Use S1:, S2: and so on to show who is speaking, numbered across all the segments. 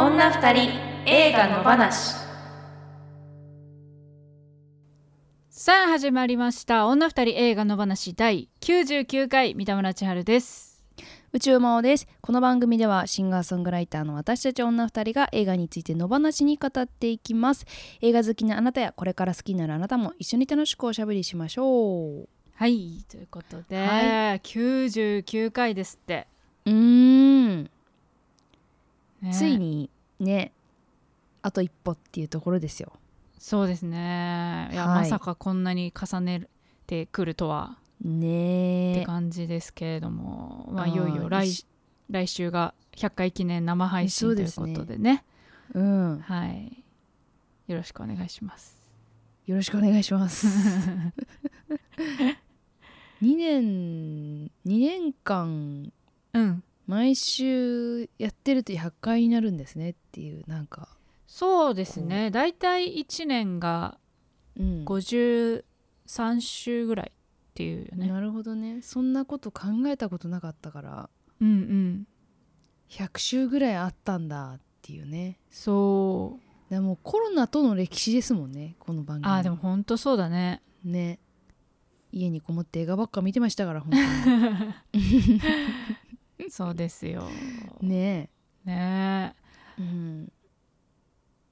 S1: た二人映画の話
S2: さあ始まりました女二人映画の話第99回三田村千春です
S3: 宇宙魔王ですこの番組ではシンガーソングライターの私たち女二人が映画について野放しに語っていきます映画好きなあなたやこれから好きになるあなたも一緒に楽しくおしゃべりしましょう
S2: はいということで、
S3: は
S2: 99回ですって、
S3: うーん
S2: ね
S3: ついにねあと一歩っていうところですよ
S2: そうですねいや、
S3: はい
S2: まさかこんなに重ねてくるとはっ
S3: ね
S2: て
S3: え
S2: 感じですけれども、まあ、
S3: あー
S2: いよいよ来
S3: いし
S2: 来週が100回記念生配信と
S3: そう
S2: い
S3: で
S2: う
S3: す
S2: こ
S3: ね
S2: とでね
S3: うん
S2: はいよろしくお願いします
S3: よろしくお願いします 2年2年間
S2: うん
S3: 毎週やってると100回になるんですねっていうなんか、
S2: そうですね大体1年が
S3: うん、
S2: 53週ぐらいっていうよね
S3: なるほどねそんなこと考えたことなかったから
S2: うんうん
S3: 100週ぐらいあったんだっていうね
S2: そう
S3: でもコロナとの歴史ですもんねこの番組
S2: あーでもほんとそうだね
S3: ね家にこもって映画ばっか見てましたから本当
S2: そうですよ
S3: にね
S2: ねえ
S3: え、うん、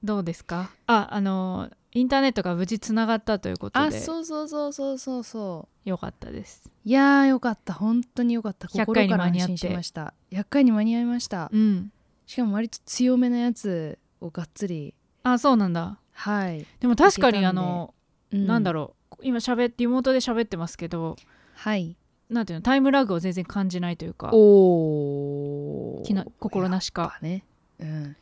S2: どうですかああのインターネットが無事つながったということ
S3: あ
S2: で
S3: そうそうそうそうそうそう
S2: よかったです
S3: いやーよかった本当によかった
S2: 100
S3: 心
S2: 回に
S3: から
S2: 間
S3: 安
S2: に合って
S3: 心しました100回に間に合いました
S2: うん
S3: しかも割と強めなやつをがっつり
S2: あそうなんだ
S3: はい、
S2: でも確か
S3: い
S2: に
S3: けた
S2: あ
S3: んで
S2: の、なんだ
S3: ろ
S2: ろう今しゃべリモートで喋ってますけど
S3: うはい
S2: なんていうのタイムラグを全然感じないというか
S3: おお
S2: 気な心なし
S3: やっ
S2: か
S3: ぱね、うん、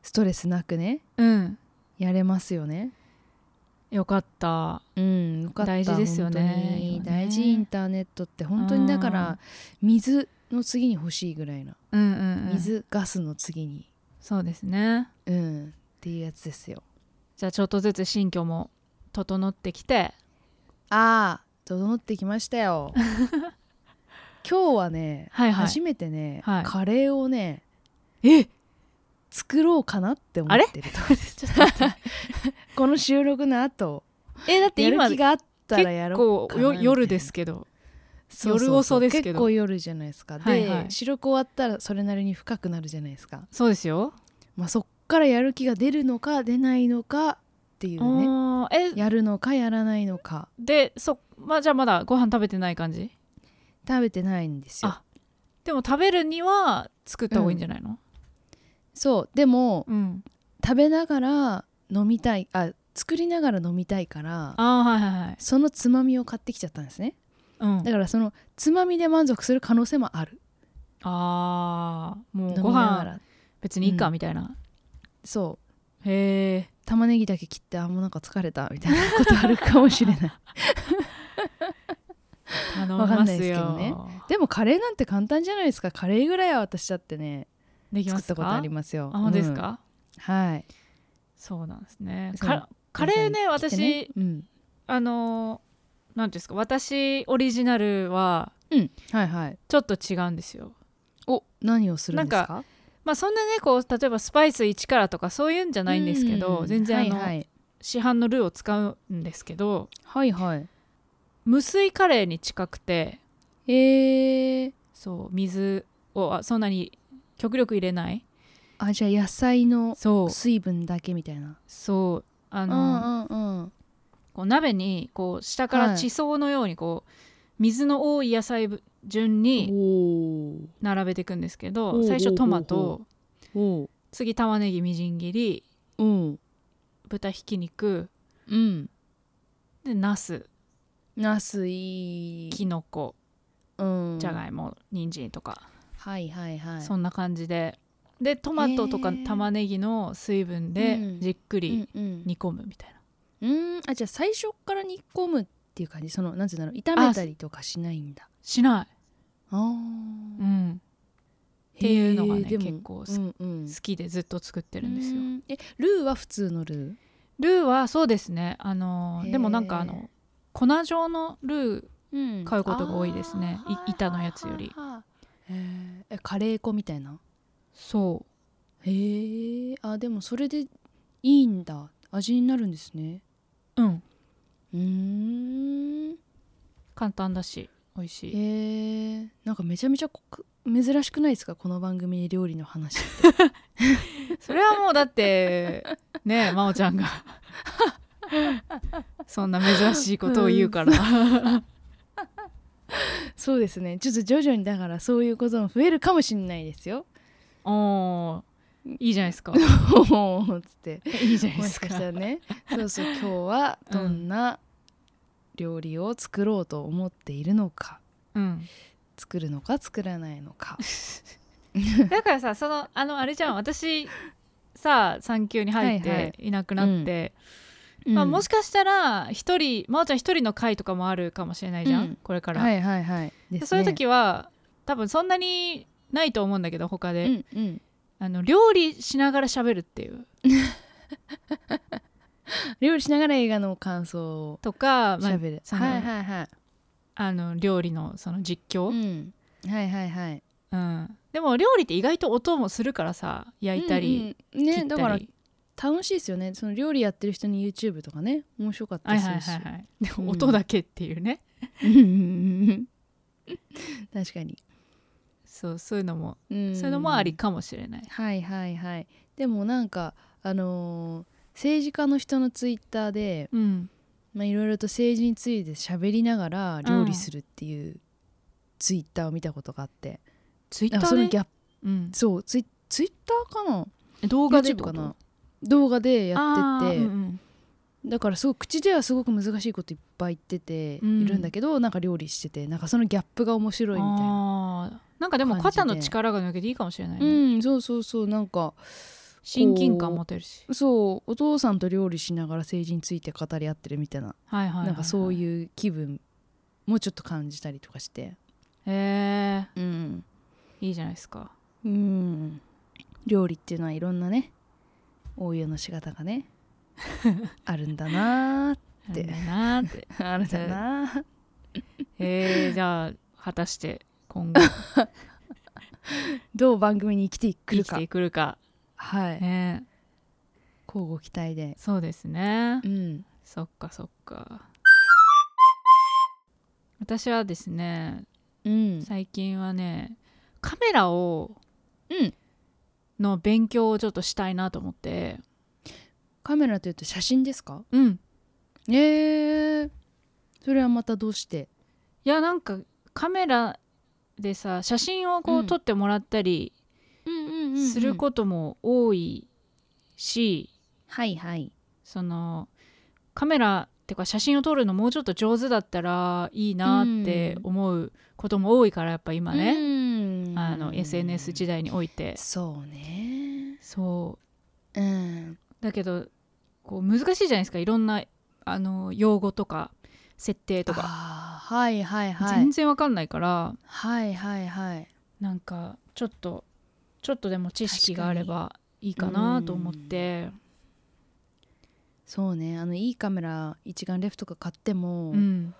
S3: ストレスなくね
S2: うん
S3: やれますよね
S2: よかった
S3: うんよかった
S2: 大事ですよね
S3: 本当に
S2: 今ね
S3: 大事インターネットって本当にだから水の次に欲しいぐらいな
S2: うんうん、うん、
S3: 水、ガスの次に
S2: そうですね
S3: うんっていうやつですよ
S2: じゃあちょっとずつ新居も整ってきて
S3: ああ整ってきまし たよ今日はね、
S2: はいはい
S3: 初めてね、
S2: はい
S3: カレーをね
S2: えち
S3: 作ろうかなって思ってるところです
S2: ょっと待って
S3: この収録の後
S2: えだって
S3: やる
S2: 今
S3: 気
S2: 結
S3: があったらやろう
S2: 構
S3: かなみた
S2: よ
S3: いな
S2: 夜ですけど
S3: そうそうそう
S2: 夜遅ですけど
S3: 結構夜じゃないですかで、
S2: はいはい
S3: 収録終わったらそれなりに深くなるじゃないですか、
S2: そうですよ、
S3: まあ、そっからやる気が出るのか出ないのかっていうね
S2: あーえ
S3: やるのかやらないのか
S2: でそまあじゃあまだご飯食べてない感じ
S3: 食べてないんですよ
S2: あでも食べるには作った方がいいんじゃないの
S3: そうでも
S2: うん、
S3: 食べながら飲みたいあ作りながら飲みたいから
S2: ああはいはいはい
S3: そのつまみを買ってきちゃったんですね
S2: うん
S3: だからそのつまみで満足する可能性もある
S2: あーもう
S3: 飲
S2: ご
S3: みなが
S2: 飯
S3: ら
S2: 別にいいか
S3: うん
S2: みたいな、
S3: そう
S2: へえ
S3: 玉ねぎだけ切ってあもうなんか疲れたみたいなことあるかもしれない
S2: 頼み
S3: わかん
S2: ま
S3: ない
S2: す
S3: ですけどね
S2: よ
S3: でもカレーなんて簡単じゃないですかカレーぐらいは私だってね
S2: でき
S3: 作
S2: ま
S3: っ
S2: す
S3: たこ
S2: か
S3: とありますよ
S2: あ本当です
S3: うん
S2: か、
S3: はい
S2: そうなんですね
S3: そう
S2: かカレーね
S3: 皆さん
S2: 私
S3: に来てねうん
S2: あのーなんていうんですか私オリジナルは
S3: うんはいはい
S2: ちょっと違うんですよ
S3: お何をするんですか
S2: まあそんなねこう例えばスパイス1からとかそういうんじゃないんですけど
S3: うん
S2: 全然あの、
S3: はい
S2: 市販のルーを使うんですけど
S3: はいはいはい
S2: 無水カレーに近くて
S3: えー
S2: そう水をあそんなに極力入れない
S3: あじゃあ野菜の
S2: そう
S3: 水分だけみたいな
S2: そうあ
S3: う
S2: のー、
S3: んうんうん
S2: こう鍋にこう下か
S3: は
S2: ら
S3: い
S2: 地層のようにこう、水の多い野菜順に
S3: お
S2: 並べていくんですけ
S3: ほう
S2: ど
S3: ほう
S2: 最初トマト
S3: ほうおお
S2: 次玉ねぎみじん切り
S3: うん
S2: 豚ひき肉
S3: うん
S2: でナス
S3: ナスいい
S2: きのこ
S3: うん
S2: じゃがいも人参とか、
S3: はいはいはい
S2: そんな感じででトマトとか
S3: へー
S2: 玉ねぎの水分で
S3: うん
S2: じっくり
S3: うんうん
S2: 煮込むみたいな、
S3: うーんあじゃあ最初から煮込むっていう感じそのなんていうんだろう炒めたりとかしないんだ
S2: しな
S3: あ
S2: い、う
S3: ー
S2: ん、っていうのがね
S3: へーでも
S2: 結構好き
S3: うんうん
S2: 好きでずっと作ってるんですよ
S3: うーんえルーは普通のルー
S2: ルーはそうですねあの
S3: へー
S2: でもなんかあの粉状のル
S3: うん
S2: 買うことが多いですねい板のやつより
S3: はあはあはあへーえカレー粉みたいな
S2: ーそう
S3: へえあでもそれでいいんだ味になるんですね
S2: うん
S3: うーん
S2: 簡単だし美味しい
S3: へえなんかめちゃめちゃこく珍しくないですかこの番組で料理の話
S2: それはもうだってねえ真央ちゃ んがそんな珍しいことを言うから、
S3: そうですねちょっと徐々にだからそういうことも増えるかもしれないですよ
S2: おーいいじゃないですか
S3: おーっつって
S2: いいじゃない
S3: も
S2: で
S3: し
S2: す
S3: か
S2: か
S3: したらねそうそう今日はどんな料理を作ろうと思っているのか
S2: うん、
S3: 作るのか作らないのか
S2: だからさそのあのあれじゃん私さ産休に入っ
S3: はいは
S2: ていなくなって、まあ、もしかしたら一人真央ちゃん一人の会とかもあるかもしれないじゃん、
S3: うん
S2: これか、
S3: からはいはいはい
S2: で
S3: です
S2: そういう
S3: ね
S2: 時は多分そんなにないと思うんだけど他で、
S3: うんうん
S2: あの料理しながら喋るっていう
S3: 料理しながら映画の感想を
S2: とか、まあ
S3: 喋、る、
S2: その
S3: はいはいはい
S2: あの料理のその実況、うん
S3: ん、はいはいはい
S2: でも料理って意外と音もするからさ焼いたり、、
S3: うんうん
S2: 切
S3: ね
S2: った
S3: だ
S2: り
S3: から楽しいですよねその料理やってる人に YouTube とかね面白かった
S2: はい
S3: りす
S2: はい
S3: るし
S2: はいはいで
S3: うん
S2: も音だけっていうね、
S3: うんうんうん うん確かに、
S2: そうそういうのも、
S3: うん
S2: そういうのもありかもしれない
S3: はいはいはいでもなんかあのー政治家の人のツイッターで
S2: うん
S3: まあいろいろと政治について喋りながら料理するっていうツイッターを見たことがあって、
S2: ツイッ
S3: な
S2: タ
S3: んかその
S2: ー
S3: ギ
S2: で、
S3: ャップ
S2: うん、
S3: そうツイツイッターかな
S2: 動画でってこ
S3: YouTube か
S2: と
S3: な動画でやって
S2: あ
S3: て、
S2: ーうん
S3: だからすごい口ではすごく難しいこといっぱい言ってて、
S2: うん
S3: いるんだけどなんか料理しててなんかそのギャップが面
S2: う
S3: 白
S2: ん
S3: いみたいな
S2: あーなんかでも
S3: 感じで
S2: 肩の力が抜けていいかもしれない、
S3: う
S2: ね
S3: んそうそうそうなんか
S2: 親近感持てるし
S3: そうお父さんと料理しながら政治について語り合ってるみたいな、
S2: はいはいはい、はい、
S3: なんかそういう気分もちょっと感じたりとかして
S2: へえ
S3: うん、
S2: いいじゃないですか
S3: うん、料理っていうのはいろんなね応用の仕方が ねあるんだなーで
S2: なんだなーって
S3: あるんだなー
S2: へえじゃあ果たして今 後
S3: どう番組に生きてく
S2: 生
S3: る
S2: き
S3: か
S2: てくるか
S3: はい
S2: ね
S3: 交互期待で
S2: そうですね
S3: うん
S2: そっかそっか私はですね
S3: うん
S2: 最近はねカメラを
S3: うん
S2: の勉強をちょっとしたいなと思って
S3: カメラというと写真ですか
S2: うん
S3: えー、それはまたどうして
S2: いやなんかカメラでさ写真をこ
S3: うん
S2: う撮ってもらったり
S3: うんうん
S2: することも多いし、
S3: はいはい
S2: そのカメラっていうか写真を撮るのもうちょっと上手だったらいいなって思うことも多いからやっぱ今ね、
S3: ね
S2: あの SNS 時代において
S3: そうね
S2: そ
S3: うん
S2: うだけどこう難しいじゃないですかいろんなあの用語とか設定とか、
S3: あーはいはいはい
S2: 全然わかんないから
S3: はいはいはい
S2: なんかちょっとちょっとでも知識があればいいかなと思って
S3: そうねあのいいカメラ一眼レフとか買っても、
S2: うん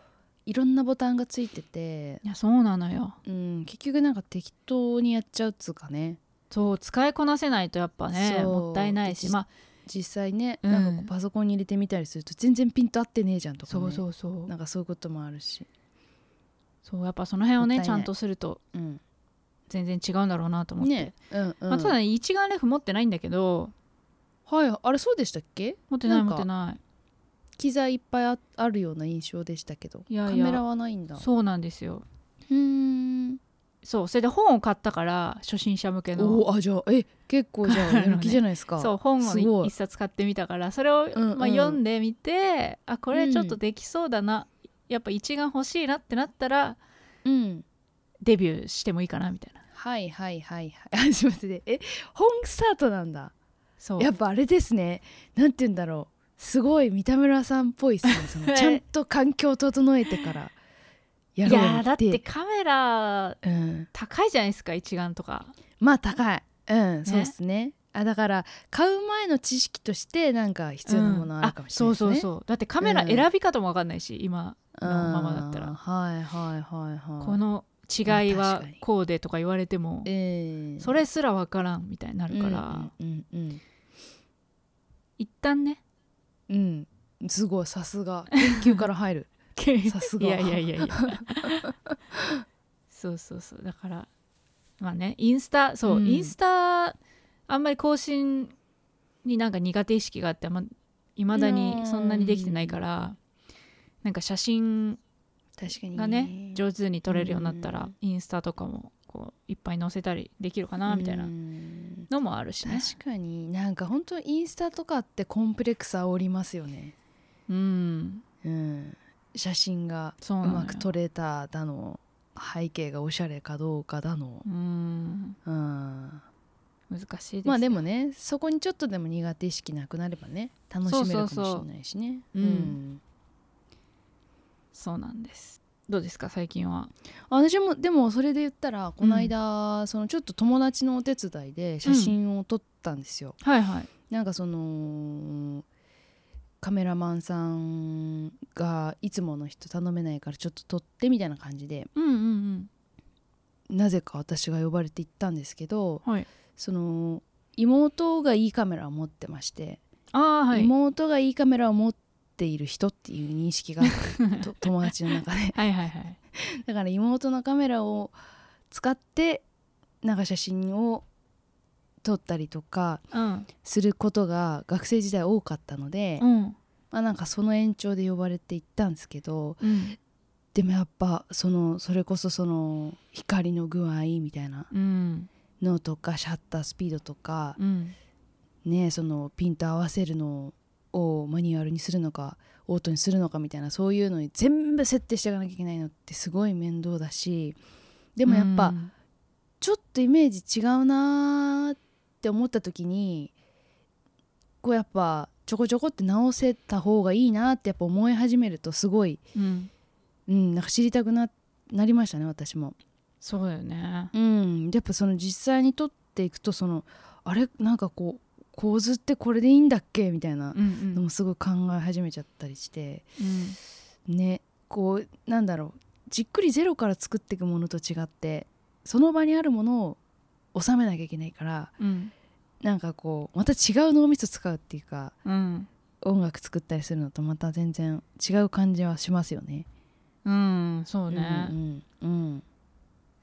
S3: いろんなボタンがついてて、
S2: いやそうなのよ
S3: うん、結局なんか適当にやっちゃうっつうかね
S2: そう使いこなせないとやっぱね
S3: そう
S2: もったいないし
S3: で
S2: まあ
S3: 実際ね、
S2: うん
S3: なんかこうパソコンに入れてみたりすると全然ピント合ってねえじゃんとか、ね、
S2: そうそうそう
S3: なんかそういうこともあるし、
S2: そうやっぱその辺を
S3: も
S2: ね
S3: ったい
S2: ち
S3: な
S2: ゃ
S3: い
S2: んとすると
S3: うん、
S2: 全然違うんだろうなと思って、
S3: ねうんうん、
S2: まあ、ただね一眼レフ持ってないんだけど
S3: はいあれそうでしたっけ
S2: 持ってない
S3: なんか
S2: 持ってな
S3: 機材いっぱいああるような印象でしたけど
S2: いやいや
S3: カメラはないんだ
S2: いそうなんですよ
S3: うーん
S2: そうそれで本を買ったから初心者向けの
S3: おーあじゃあえ結構じゃあ
S2: カメラの
S3: や
S2: ね
S3: る気じゃないですか、
S2: そう本
S3: すご
S2: を
S3: い
S2: 一冊買ってみたからそれを、
S3: うんうん
S2: まあ、読んでみてあこれちょっとできそうだな、やっぱ一眼欲しいなってなったら
S3: うん
S2: デビューしてもいいかなみたいな
S3: はいはいはいはい あすいませんねえ本スタートなんだ
S2: そう
S3: やっぱあれですねなんて言うんだろうすごい三田村さんっぽいですねそ の
S2: え
S3: ちゃんと環境整えてからや
S2: い
S3: ろう
S2: やーだっ
S3: って
S2: てカメラ
S3: うん、
S2: 高いじゃないですか一眼とか
S3: まあ高いうん、そうですねあだから買う前の知識としてなんか必要なものあるかもしれないですね、
S2: うんあそうそうそうだってカメラ選び方もわかんないし、今
S3: うん
S2: のままだったら
S3: はいはいはいはい
S2: この違い
S3: うん
S2: は
S3: 確かに
S2: こうでとか言われても
S3: ええ
S2: それすら分からんみたいになるから、
S3: うんうんうん
S2: 一旦ね
S3: うん、うんすごいさすが研究から入 るさすが
S2: いやいやいやい やそうそうそうだからまあねインスタそう、
S3: うん
S2: インスタあんまり更新になんか苦手意識があってあんまいまだにそんなにできてないからなんか写真
S3: 確かに
S2: がね上手に撮れるようになった
S3: う
S2: ら
S3: ん
S2: インスタとかもこういっぱい載せたりできるかなみたいな
S3: うん
S2: のもあるしね
S3: 確かになんか本当インスタとかってコンプレックス煽りますよね
S2: うん
S3: うん写真が
S2: そう
S3: う
S2: なのよ
S3: まく撮れただの背景がおしゃれかどうかだの
S2: うん
S3: うん
S2: 難しいですよ
S3: まあでもねそこにちょっとでも苦手意識なくなればね楽しめるかもしれないしね
S2: そうそうそううんそうなんですどうですか最近は
S3: 私もでもそれで言ったらこの間、そのちょっと友達のお手伝いで写真を撮ったんですよ、
S2: はいはい
S3: なんかそのカメラマンさんがいつもの人頼めないからちょっと撮ってみたいな感じで
S2: うんうん
S3: なぜか私が呼ばれて行ったんですけど
S2: うんはい
S3: その妹がいいカメラを持ってまして、
S2: ああはい
S3: 妹がいいカメラを持っている人っていう認識がと友達の中で
S2: はいはいはい。
S3: だから妹のカメラを使ってなんか写真を撮ったりとか
S2: うん。
S3: することが学生時代多かったので、
S2: うん。
S3: まあ、なんかその延長で呼ばれて行ったんですけど
S2: うん。
S3: でもやっぱそのそれこそその光の具合みたいな
S2: うん。
S3: のとかシャッタースピードとか、ねそのピント合わせるのをマニュアルにするのかオートにするのかみたいなそういうのに全部設定していかなきゃいけないのってすごい面倒だしで
S2: で
S3: もやっぱ、ちょっとイメージ違うなーって思った時にこうやっぱちょこちょこって直せた方がいいなってやっぱ思い始めるとすごい、
S2: うん。
S3: うん、なんか知りたくななりましたね私も。
S2: そうだよね。
S3: うん、やっぱその実際に撮っていくとそのあれなんかこう構図ってこれでいいんだっけみたいな
S2: うん
S3: のもすごい考え始めちゃったりして
S2: うん。
S3: ねこうなんだろうじっくりゼロから作っていくものと違ってその場にあるものを収めなきゃいけないから
S2: うん。
S3: なんかこうまた違う脳みそ使うっていうか
S2: うん。
S3: 音楽作ったりするのとまた全然違う感じはしますよね。
S2: うん。そうね
S3: う。んうんうんうん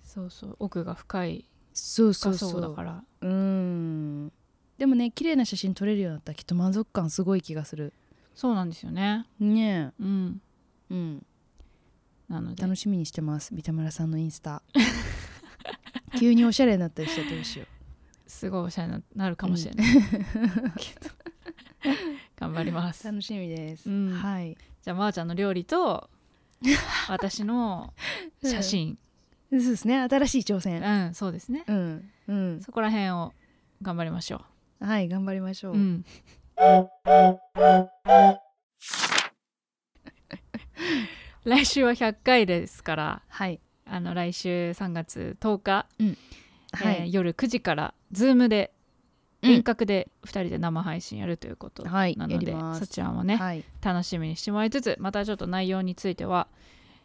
S2: そうそう。奥が深い。
S3: そうそ
S2: 深
S3: うそ
S2: そううだから。
S3: うんでもね綺麗な写真撮れるようになったらきっと満足感すごい気がする
S2: そうなんですよね。
S3: ね
S2: うん。
S3: え、うん、
S2: なので
S3: 楽。しみにしてます三田村さんのインスタ 急におしゃれになったりしてどうしよ
S2: すごいおしゃれになるかもしれない。けど頑張りま
S3: う
S2: す。
S3: 楽しみです、
S2: うん
S3: はい
S2: じゃあまーちゃんの料理と。私の写 真。
S3: そうですね新しい挑戦
S2: うん、そうですね。
S3: うんうん
S2: そこら辺を。頑張りましょ
S3: はい頑張りましょ
S2: う。
S3: う、
S2: うん。 来週は100回ですから
S3: はい
S2: あの来週3月10日、
S3: は
S2: えー
S3: い、
S2: 夜9時から Zoom で
S3: うん
S2: 遠隔で2人で生配信やるということな
S3: はい
S2: ので、
S3: やります
S2: そちらもね、
S3: はい
S2: 楽しみにしてもらいつつまたちょっと内容については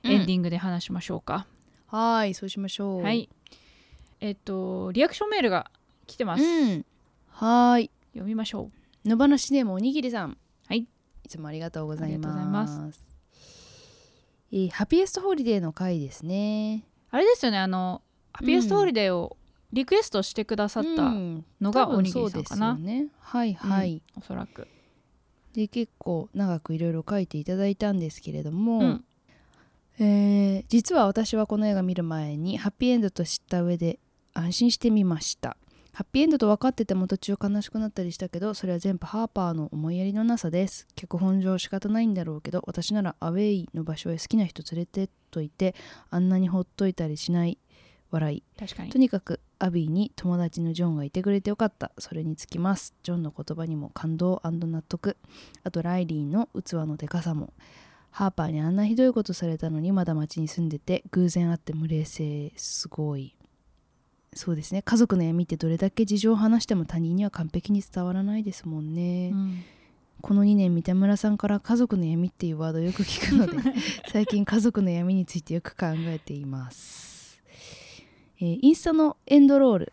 S2: エンディングで話しましょうか、
S3: はいそうしましょう
S2: はいえっ、とリアクションメールが来てます、
S3: うんはーい
S2: 読みましょ
S3: 野放しネームおにぎりさん
S2: はい
S3: いつもありがとうございます
S2: ありがとうござ
S3: えーハピエストホリデーの回ですね
S2: うあれですよねあのハピエストホリデーをリクエストしてくださった
S3: うん
S2: の
S3: 多
S2: が
S3: 分
S2: おにぎりさんかな、
S3: そうですよねはいはい、
S2: おそらく、
S3: で結構長くいろいろ書いていただいたんですけれども、
S2: うん
S3: えー実は私はこの映画見る前にハッピーエンドと知った上で安心してみましたハッピーエンドと分かってても途中悲しくなったりしたけどそれは全部ハーパーの思いやりのなさです脚本上仕方ないんだろうけど私ならアウェイの場所へ好きな人連れてっといてあんなにほっといたりしない笑い
S2: 確かに
S3: とにかくアビーに友達のジョンがいてくれてよかったそれにつきますジョンの言葉にも感動納得あとライリーの器のでかさもハーパーにあんなひどいことされたのにまだ町に住んでて偶然会って無礼性すごいそうですね家族の闇ってどれだけ事情を話しても他人には完璧に伝わらないですもんね、
S2: うん
S3: この2年三田村さんから家族の闇っていうワードをよく聞くので最近家族の闇についてよく考えていますえーインスタのエンドロール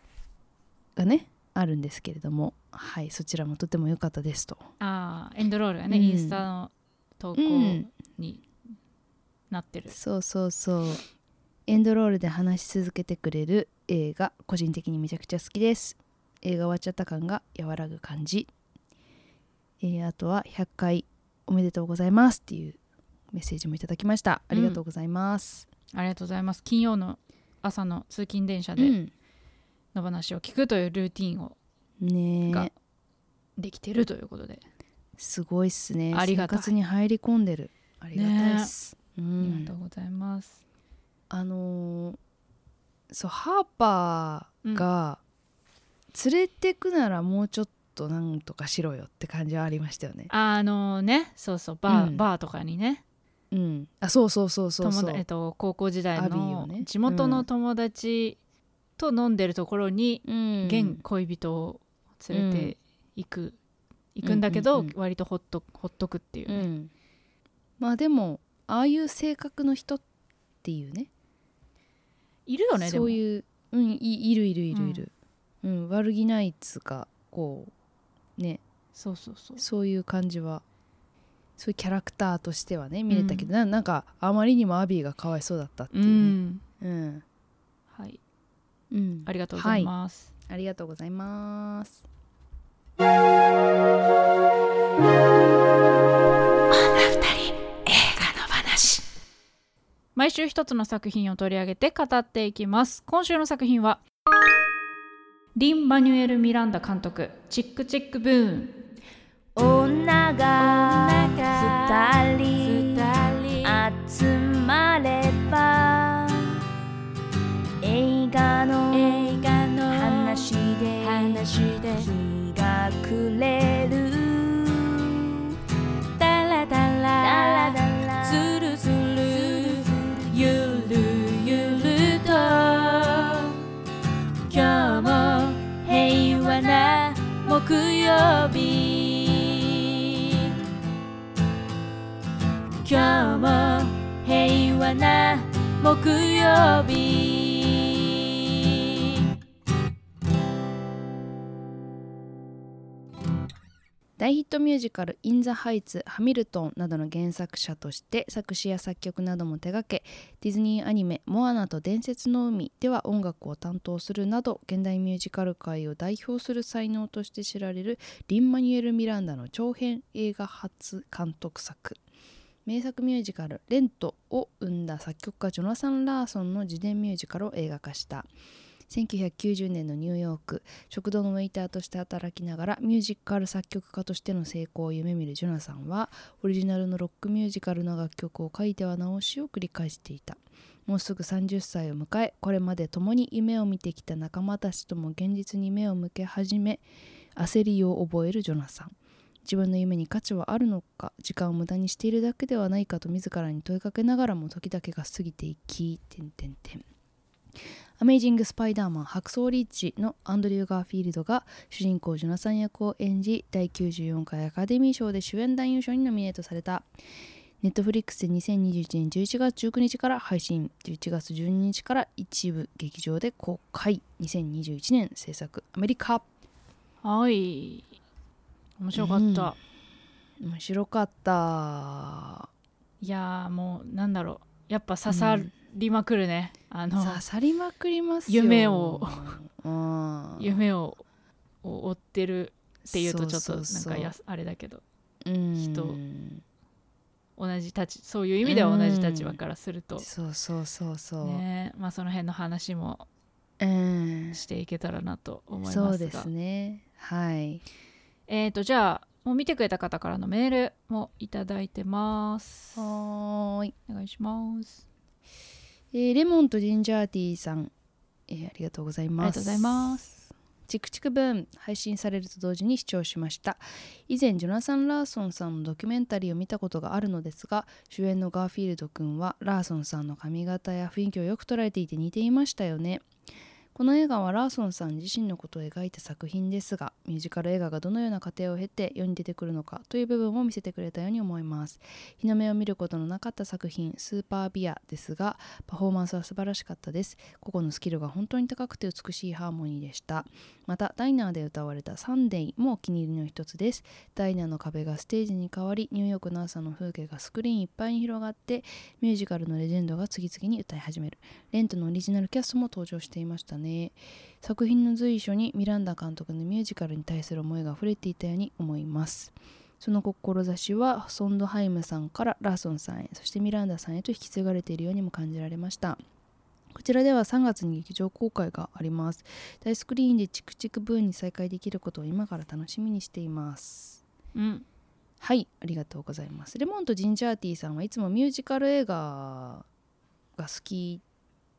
S3: がねあるんですけれども、はい、そちらもとても良かったですと。
S2: あーエンドロールがね、
S3: うん
S2: インスタの投稿
S3: うん
S2: になってる、
S3: そうそうそうエンドロールで話し続けてくれる映画個人的にめちゃくちゃ好きです映画終わっちゃった感が和らぐ感じ、えーあとは100回おめでとうございますっていうメッセージもいただきましたありがとうございます、
S2: ありがとうございます金曜の朝の通勤電車
S3: う
S2: で
S3: ん
S2: の話を聞くというルーティンを
S3: ね
S2: が
S3: え
S2: できてるということで、
S3: すごいっすね
S2: ありがたい
S3: 生活に入り込んでるありがたいっす、うん
S2: ありがとうございます
S3: あのーそうハーパーが連れてくならもうちょっとなんとかしろよって感じはありましたよね。
S2: あのねそうそうバー、
S3: うん
S2: バーとかにね
S3: うん、あそうそうそうそうそ
S2: 友達えっ
S3: う。
S2: と、高校時代
S3: アビー
S2: の
S3: をね
S2: 地元の友達と飲んでるところに
S3: うん
S2: 現恋人を連れて行く、行くんだけ
S3: う
S2: ど
S3: んうんうん
S2: 割とほっとほっとくっていう
S3: う
S2: ね、
S3: ん、まあでもああいう性格の人っていうね
S2: いるよねで
S3: そ
S2: も
S3: ういう、うん、いいるいるいるいる、うん悪気ないっつうかこうね
S2: そうそうそう
S3: そういう感じはそういうキャラクターとしてはね見れたけど、ななんかあまりにもアビーがかわいそうだったっていううね、
S2: ん
S3: うん
S2: はい
S3: うん
S2: ありがとうございます、
S3: ありがとうございます。
S2: 毎週一つの作品を取り上げて語っていきます今週の作品はリン・マニュエル・ミランダ監督「チックチックブーン
S1: 女が二人集まれば映画の話で日が暮れるダラダラズルズルゆるゆると今日も平和な木曜日今日も平和な木曜日」
S3: 大ヒットミュージカル「イン・ザ・ハイツ」「ハミルトン」などの原作者として作詞や作曲なども手掛けディズニーアニメ「モアナと伝説の海」では音楽を担当するなど現代ミュージカル界を代表する才能として知られるリン・マニュエル・ミランダの長編映画初監督作名作ミュージカル「レント」を生んだ作曲家ジョナサン・ラーソンの自伝ミュージカルを映画化した1990年のニューヨーク食堂のウェイターとして働きながらミュージカル作曲家としての成功を夢見るジョナさんはオリジナルのロックミュージカルの楽曲を書いては直しを繰り返していたもうすぐ30歳を迎えこれまで共に夢を見てきた仲間たちとも現実に目を向け始め焦りを覚えるジョナさん自分の夢に価値はあるのか時間を無駄にしているだけではないかと自らに問いかけながらも時だけが過ぎていき点点点アメイジング・スパイダーマン白装リーチのアンドリュー・ガーフィールドが主人公ジョナサン役を演じ第94回アカデミー賞で主演男優賞にノミネートされたネットフリックスで2021年11月19日から配信11月12日から一部劇場で公開2021年制作アメリカ」
S2: はい面白かった、
S3: 面白かった
S2: いやーもうなんだろうやっぱ刺さりまくるね、あの
S3: 刺さりまくりますよ
S2: 夢を、
S3: うん、
S2: 夢をを追ってるっていうとちょっと
S3: そ
S2: なん
S3: うそうそう
S2: かやすあれだけど
S3: うん
S2: 人同じ立ちそういう意味では同じ立場からすると、
S3: そうそうそうそう、
S2: ねまあ、その辺の話も
S3: うん
S2: していけたらなと思いますが
S3: そうですねはい
S2: えー、とじゃあもう見てくれた方からのメールもいただいてますお
S3: はーい、
S2: 願いします
S3: えーレモンとジンジャーティーさん、えーありがとうござい
S2: あり
S3: ま
S2: が
S3: す
S2: とうございます
S3: チクチク分配信されると同時に視聴しました以前ジョナサン・ラーソンさんのドキュメンタリーを見たことがあるのですが主演のガーフィールド君はラーソンさんの髪型や雰囲気をよく捉えていて似ていましたよねこの映画はラーソンさん自身のことを描いた作品ですがミュージカル映画がどのような過程を経て世に出てくるのかという部分を見せてくれたように思います日の目を見ることのなかった作品「スーパービア」ですがパフォーマンスは素晴らしかったです個々のスキルが本当に高くて美しいハーモニーでしたまたダイナーで歌われた「サンデー」もお気に入りの一つですダイナーの壁がステージに変わりニューヨークの朝の風景がスクリーンいっぱいに広がってミュージカルのレジェンドが次々に歌い始めるレントのオリジナルキャストも登場していましたね作品の随所にミランダ監督のミュージカルに対する思いが溢れていたように思いますその志はソンドハイムさんからラーソンさんへそしてミランダさんへと引き継がれているようにも感じられましたこちらでは3月に劇場公開があります大スクリーンでチクチクブーンに再会できることを今から楽しみにしています
S2: うん
S3: はいありがとうございますレモンとジンジャーティーさんはいつもミュージカル映画が好き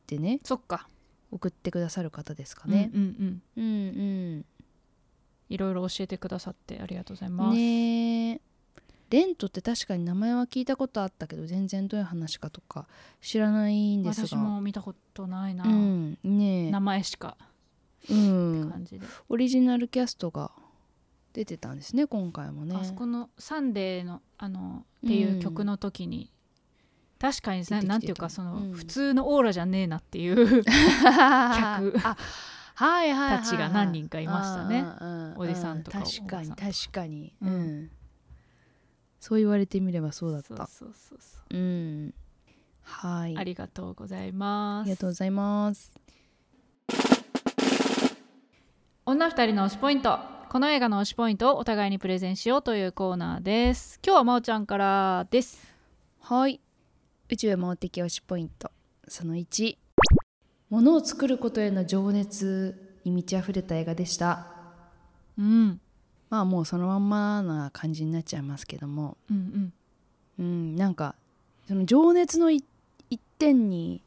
S3: でね
S2: そっか
S3: 送ってくださる方ですかね。
S2: うんうんうん
S3: うん、うん、
S2: いろいろ教えてくださってありがとうございます、
S3: ねえレントって確かに名前は聞いたことあったけど全然どういう話かとか知らないんですが
S2: 私も見たことないな、
S3: うんね
S2: 名前しか
S3: え、うん、
S2: 感じで、
S3: オリジナルキャストが出てたんですね今回もね
S2: あそこの「サンデーの」あのっていう曲の時に、確かに
S3: 出てきて
S2: な
S3: た
S2: なんていうかその、
S3: うん
S2: 普通のオーラじゃねえなっていう
S3: 客
S2: 客
S3: はいはいはいはい
S2: たちが何人かいましたね
S3: うんうんう
S2: おじさんとか
S3: う確か
S2: お
S3: に
S2: ばさんとか
S3: 確かに、う
S2: うんん
S3: そう言われてみればそうだった
S2: そうそうそうそう
S3: うんはい
S2: ありがとうございま
S3: あ
S2: す
S3: りがとうございます
S2: 女二人の推しポイントこの映画の推しポイントをお互いにプレゼンしようというコーナーです今日はまおちゃんからです
S3: はい宇宙へ回ってき推しポイントその1物を作ることへの情熱に満ち溢れた映画でした
S2: うん
S3: まあもうそのまんまな感じになっちゃいますけども
S2: うんうん
S3: うんなんかその情熱のい一点に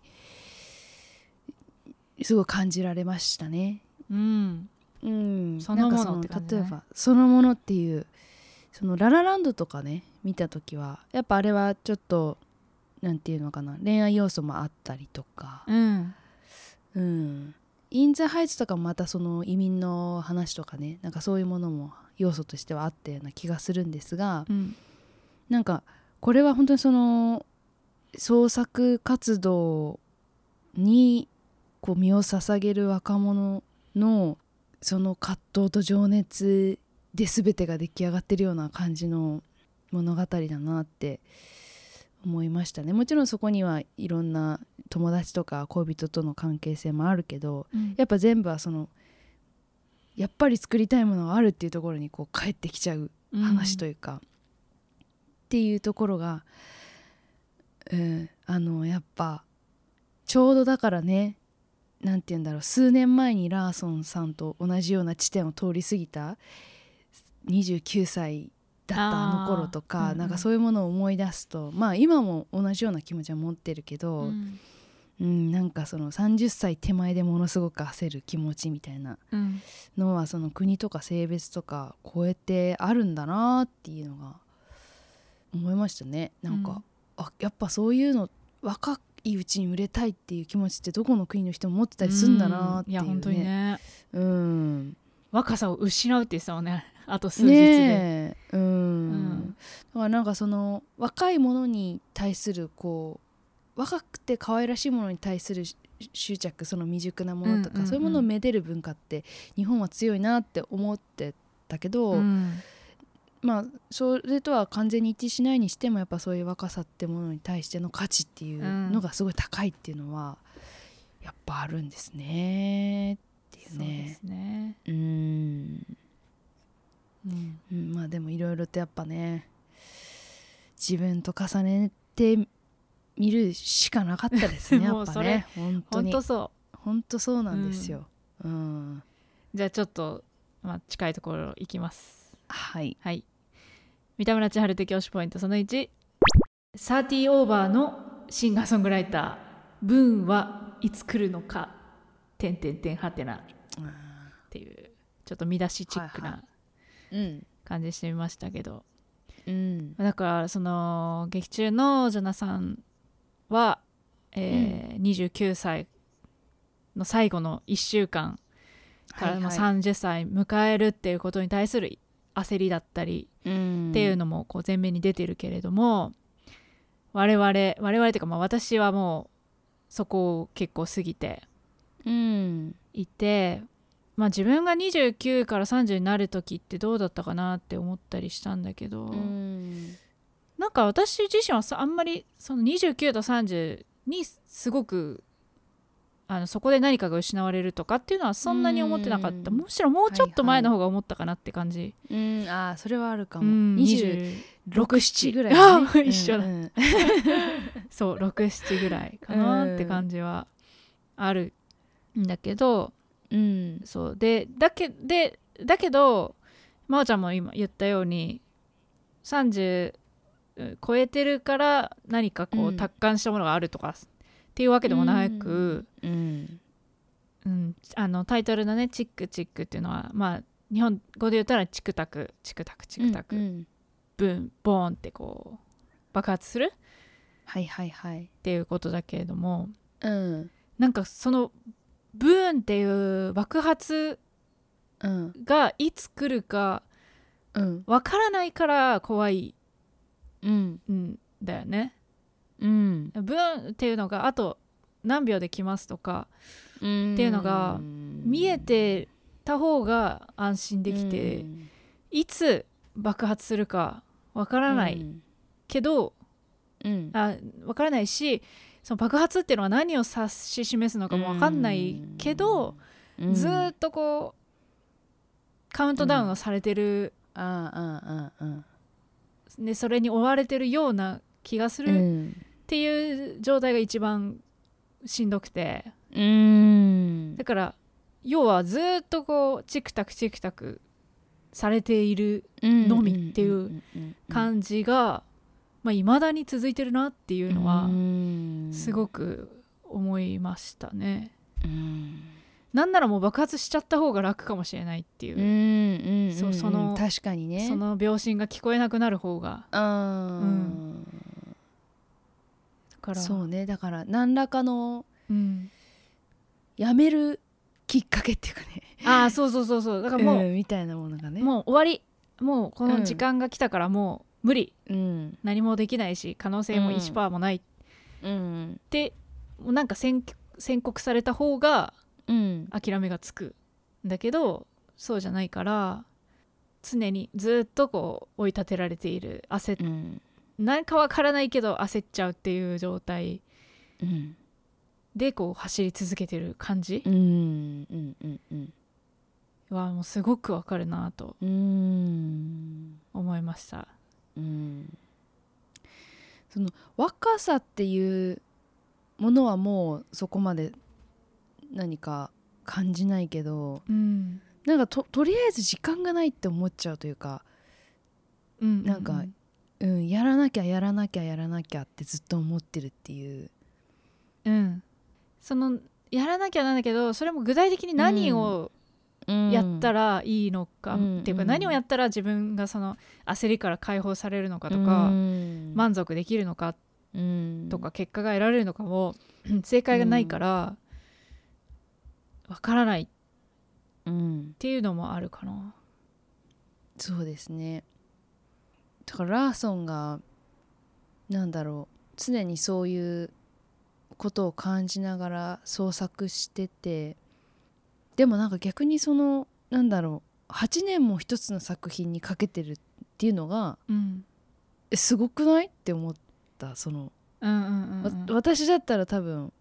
S3: すごい感じられましたね
S2: うん
S3: うん
S2: そのもの
S3: なんかその
S2: って感じだね
S3: 例えばそのものっていうそのララランドとかね見た時はやっぱあれはちょっとなんていうのかな恋愛要素もあったりとか
S2: うん
S3: うん、イン・ザ・ハイツとかもまたその移民の話とかねなんかそういうものも要素としてはあったような気がするんですが
S2: うん
S3: なんかこれは本当にその創作活動にこう身を捧げる若者のその葛藤と情熱で全てが出来上がってるような感じの物語だなって思いましたねもちろんそこにはいろんな友達とか恋人との関係性もあるけど
S2: うん
S3: やっぱ全部はそのやっぱり作りたいものがあるっていうところにこう帰ってきちゃう話と
S2: い
S3: いうか、っていうところが、うん、あのやっぱちょうどだからねなんて言うんだろう数年前にラーソンさんと同じような地点を通り過ぎた29歳だった
S2: あー
S3: あの頃とか、
S2: うんうん
S3: なんかそういうものを思い出すとまあ今も同じような気持ちは持ってるけ
S2: う
S3: ど、うん
S2: ん
S3: なんかその30歳手前でものすごく焦る気持ちみたいな
S2: うん
S3: のはその国とか性別とか超えてあるんだなっていうのが思いましたねなんか、
S2: うん
S3: あやっぱそういうの若いうちに売れたいっていう気持ちってどこの国の人も持ってたりするんだなっていう、ね、
S2: や本当にね
S3: うん
S2: 若さを失うって言ってたもんね あと数日で、
S3: ねえうん、
S2: うん
S3: だからなんかその若いものに対するこう若くて可愛らしいものに対するし執着その未熟なものとか、
S2: うんうんうん
S3: そういうものをめでる文化って日本は強いなって思ってたけど、
S2: うん
S3: まあそれとは完全に一致しないにしてもやっぱそういう若さってものに対しての価値っていうのがすごい高いっていうのはやっぱあるんですねっていう
S2: そうで
S3: ね
S2: す。ね、
S3: うん
S2: うん
S3: うん、まあでもいろいろとやっぱね自分と重ねて見るしかなかったですねや
S2: も
S3: っ
S2: う
S3: ぱ
S2: それ
S3: ね本当
S2: 本
S3: に
S2: 当そ
S3: 本当そうなんですよ、うん、
S2: うじゃあちょっと、まあ、近いところいきます
S3: はい
S2: はい三田村千春的推しポイントその1サーティーオーバーのシンガーソングライターブーンはいつ来るのかてんてんてんはてなっ
S3: うん
S2: ていうちょっと見出しチック
S3: はいは
S2: な
S3: うん
S2: 感じしてみましたけど、
S3: うん
S2: だからその劇中のジョナさんは、えー29歳の最後の1週間からもう
S3: はいはい
S2: 30歳迎えるっていうことに対する焦りだったり
S3: うん
S2: っていうのもこう前面に出てるけれども、我々我々というかまあ私はもうそこを結構過ぎて
S3: うん
S2: いて、まあ、自分が29から30になる時ってどうだったかなって思ったりしたんだけど、
S3: うん
S2: なんか私自身はさあんまりその29と30にすごくあのそこで何かが失われるとかっていうのはそんなに思ってなかった、
S3: うん
S2: むしろもうちょっと
S3: はいは
S2: 前
S3: い
S2: の方が思ったかなって感じ、
S3: うんあーそれはあるか
S2: う
S3: も、
S2: ん
S3: 26
S2: 26
S3: 7ぐらい
S2: あ
S3: だね、
S2: 一緒だ、
S3: うんうん
S2: そう67ぐらいかなって感じはあるんだけど、
S3: うん
S2: そうでだけでだけど真央ちゃんも今言ったように30うん超えてるから何かこ
S3: う
S2: うん達観したものがあるとかっていうわけでもなく、
S3: うん
S2: うんあのタイトルのね「チックチック」っていうのはまあ日本語で言ったらチクタクチクタクチクタク、
S3: うん
S2: ブンボーンってこう爆発するっ
S3: はいはいはい
S2: ていうことだけれども、
S3: うん
S2: なんかそのブーンっていう爆発
S3: うん
S2: がいつ来るか
S3: うん
S2: わからないから怖い
S3: うん
S2: んだよね。
S3: うん
S2: ブーンっていうのがあと何秒で来ますとか
S3: って
S2: ていうのが見えてた方が安心できて、いつ爆発するかわからないけど、
S3: うん
S2: あわからないしその爆発っていうのは何を指し示すのかもわかんないけど、
S3: うん
S2: ずーっとこうカウントダウンをされてる、
S3: あああああ
S2: ね、それに追われてるような気がす
S3: あう
S2: るっ
S3: ん
S2: ていう状態が一番しんどくて
S3: うん
S2: だから要はずっとこうチクタクチクタクされているのみっていうん
S3: うん
S2: 感じがいまあ、未だに続いてるなっていうのはす
S3: く
S2: ごく思いましたね。なんならもう爆発しちゃった方が楽かもしれないっていう、そうその
S3: 確かにね
S2: その秒針が聞こえなくなる方が
S3: あー
S2: うんだから
S3: そうねだから何らかの
S2: うん、
S3: やめるきっかけっていうかね
S2: ああ そうそうそうそうだからもう、
S3: んみたいなものがね
S2: もう終わりもうこ
S3: う
S2: の
S3: ん
S2: 時間が来たからもう無理、
S3: うん
S2: 何もできないし可能性も
S3: うん
S2: 1%もないっ
S3: うん
S2: て、もうなんか宣宣告された方が
S3: うん
S2: 諦めがつくんだけどそうじゃないから常にずっとこう追い立てられている焦っ
S3: うん
S2: なんかわからないけど焦っちゃうっていう状態
S3: うん
S2: でこう走り続けてる感じ
S3: うんうんうんうん
S2: はもうすごくわかるなと
S3: うん
S2: 思いました。
S3: うんその若さっていうものはもうそこまで何か感じないけど
S2: うん
S3: なんかととりあえず時間がないって思っちゃうというか、
S2: ううう
S3: なんかうん、やらなきゃやらなきゃやらなきゃってずっと思ってるっていう
S2: うん、そのやらなきゃなんだけどそれも具体的に何をやった
S3: ら
S2: らいいのか、
S3: うん
S2: っていうか、
S3: うん
S2: 何をやったら自分がその焦りから解放されるのかと
S3: う
S2: か、
S3: ん
S2: 満足できるのか
S3: うん
S2: とか結果が得られるのかも正解がないからわからないっ
S3: うん
S2: ていうのもあるかな。
S3: そうですねだからラーソンがなんだろう常にそういうことを感じながら創作しててでもなんか逆にそのなんだろう8年も一つの作品にかけてるっていうのが
S2: うん
S3: えすごくないって思ったその、
S2: うんうんうんう
S3: わ
S2: ん
S3: 私だったら多分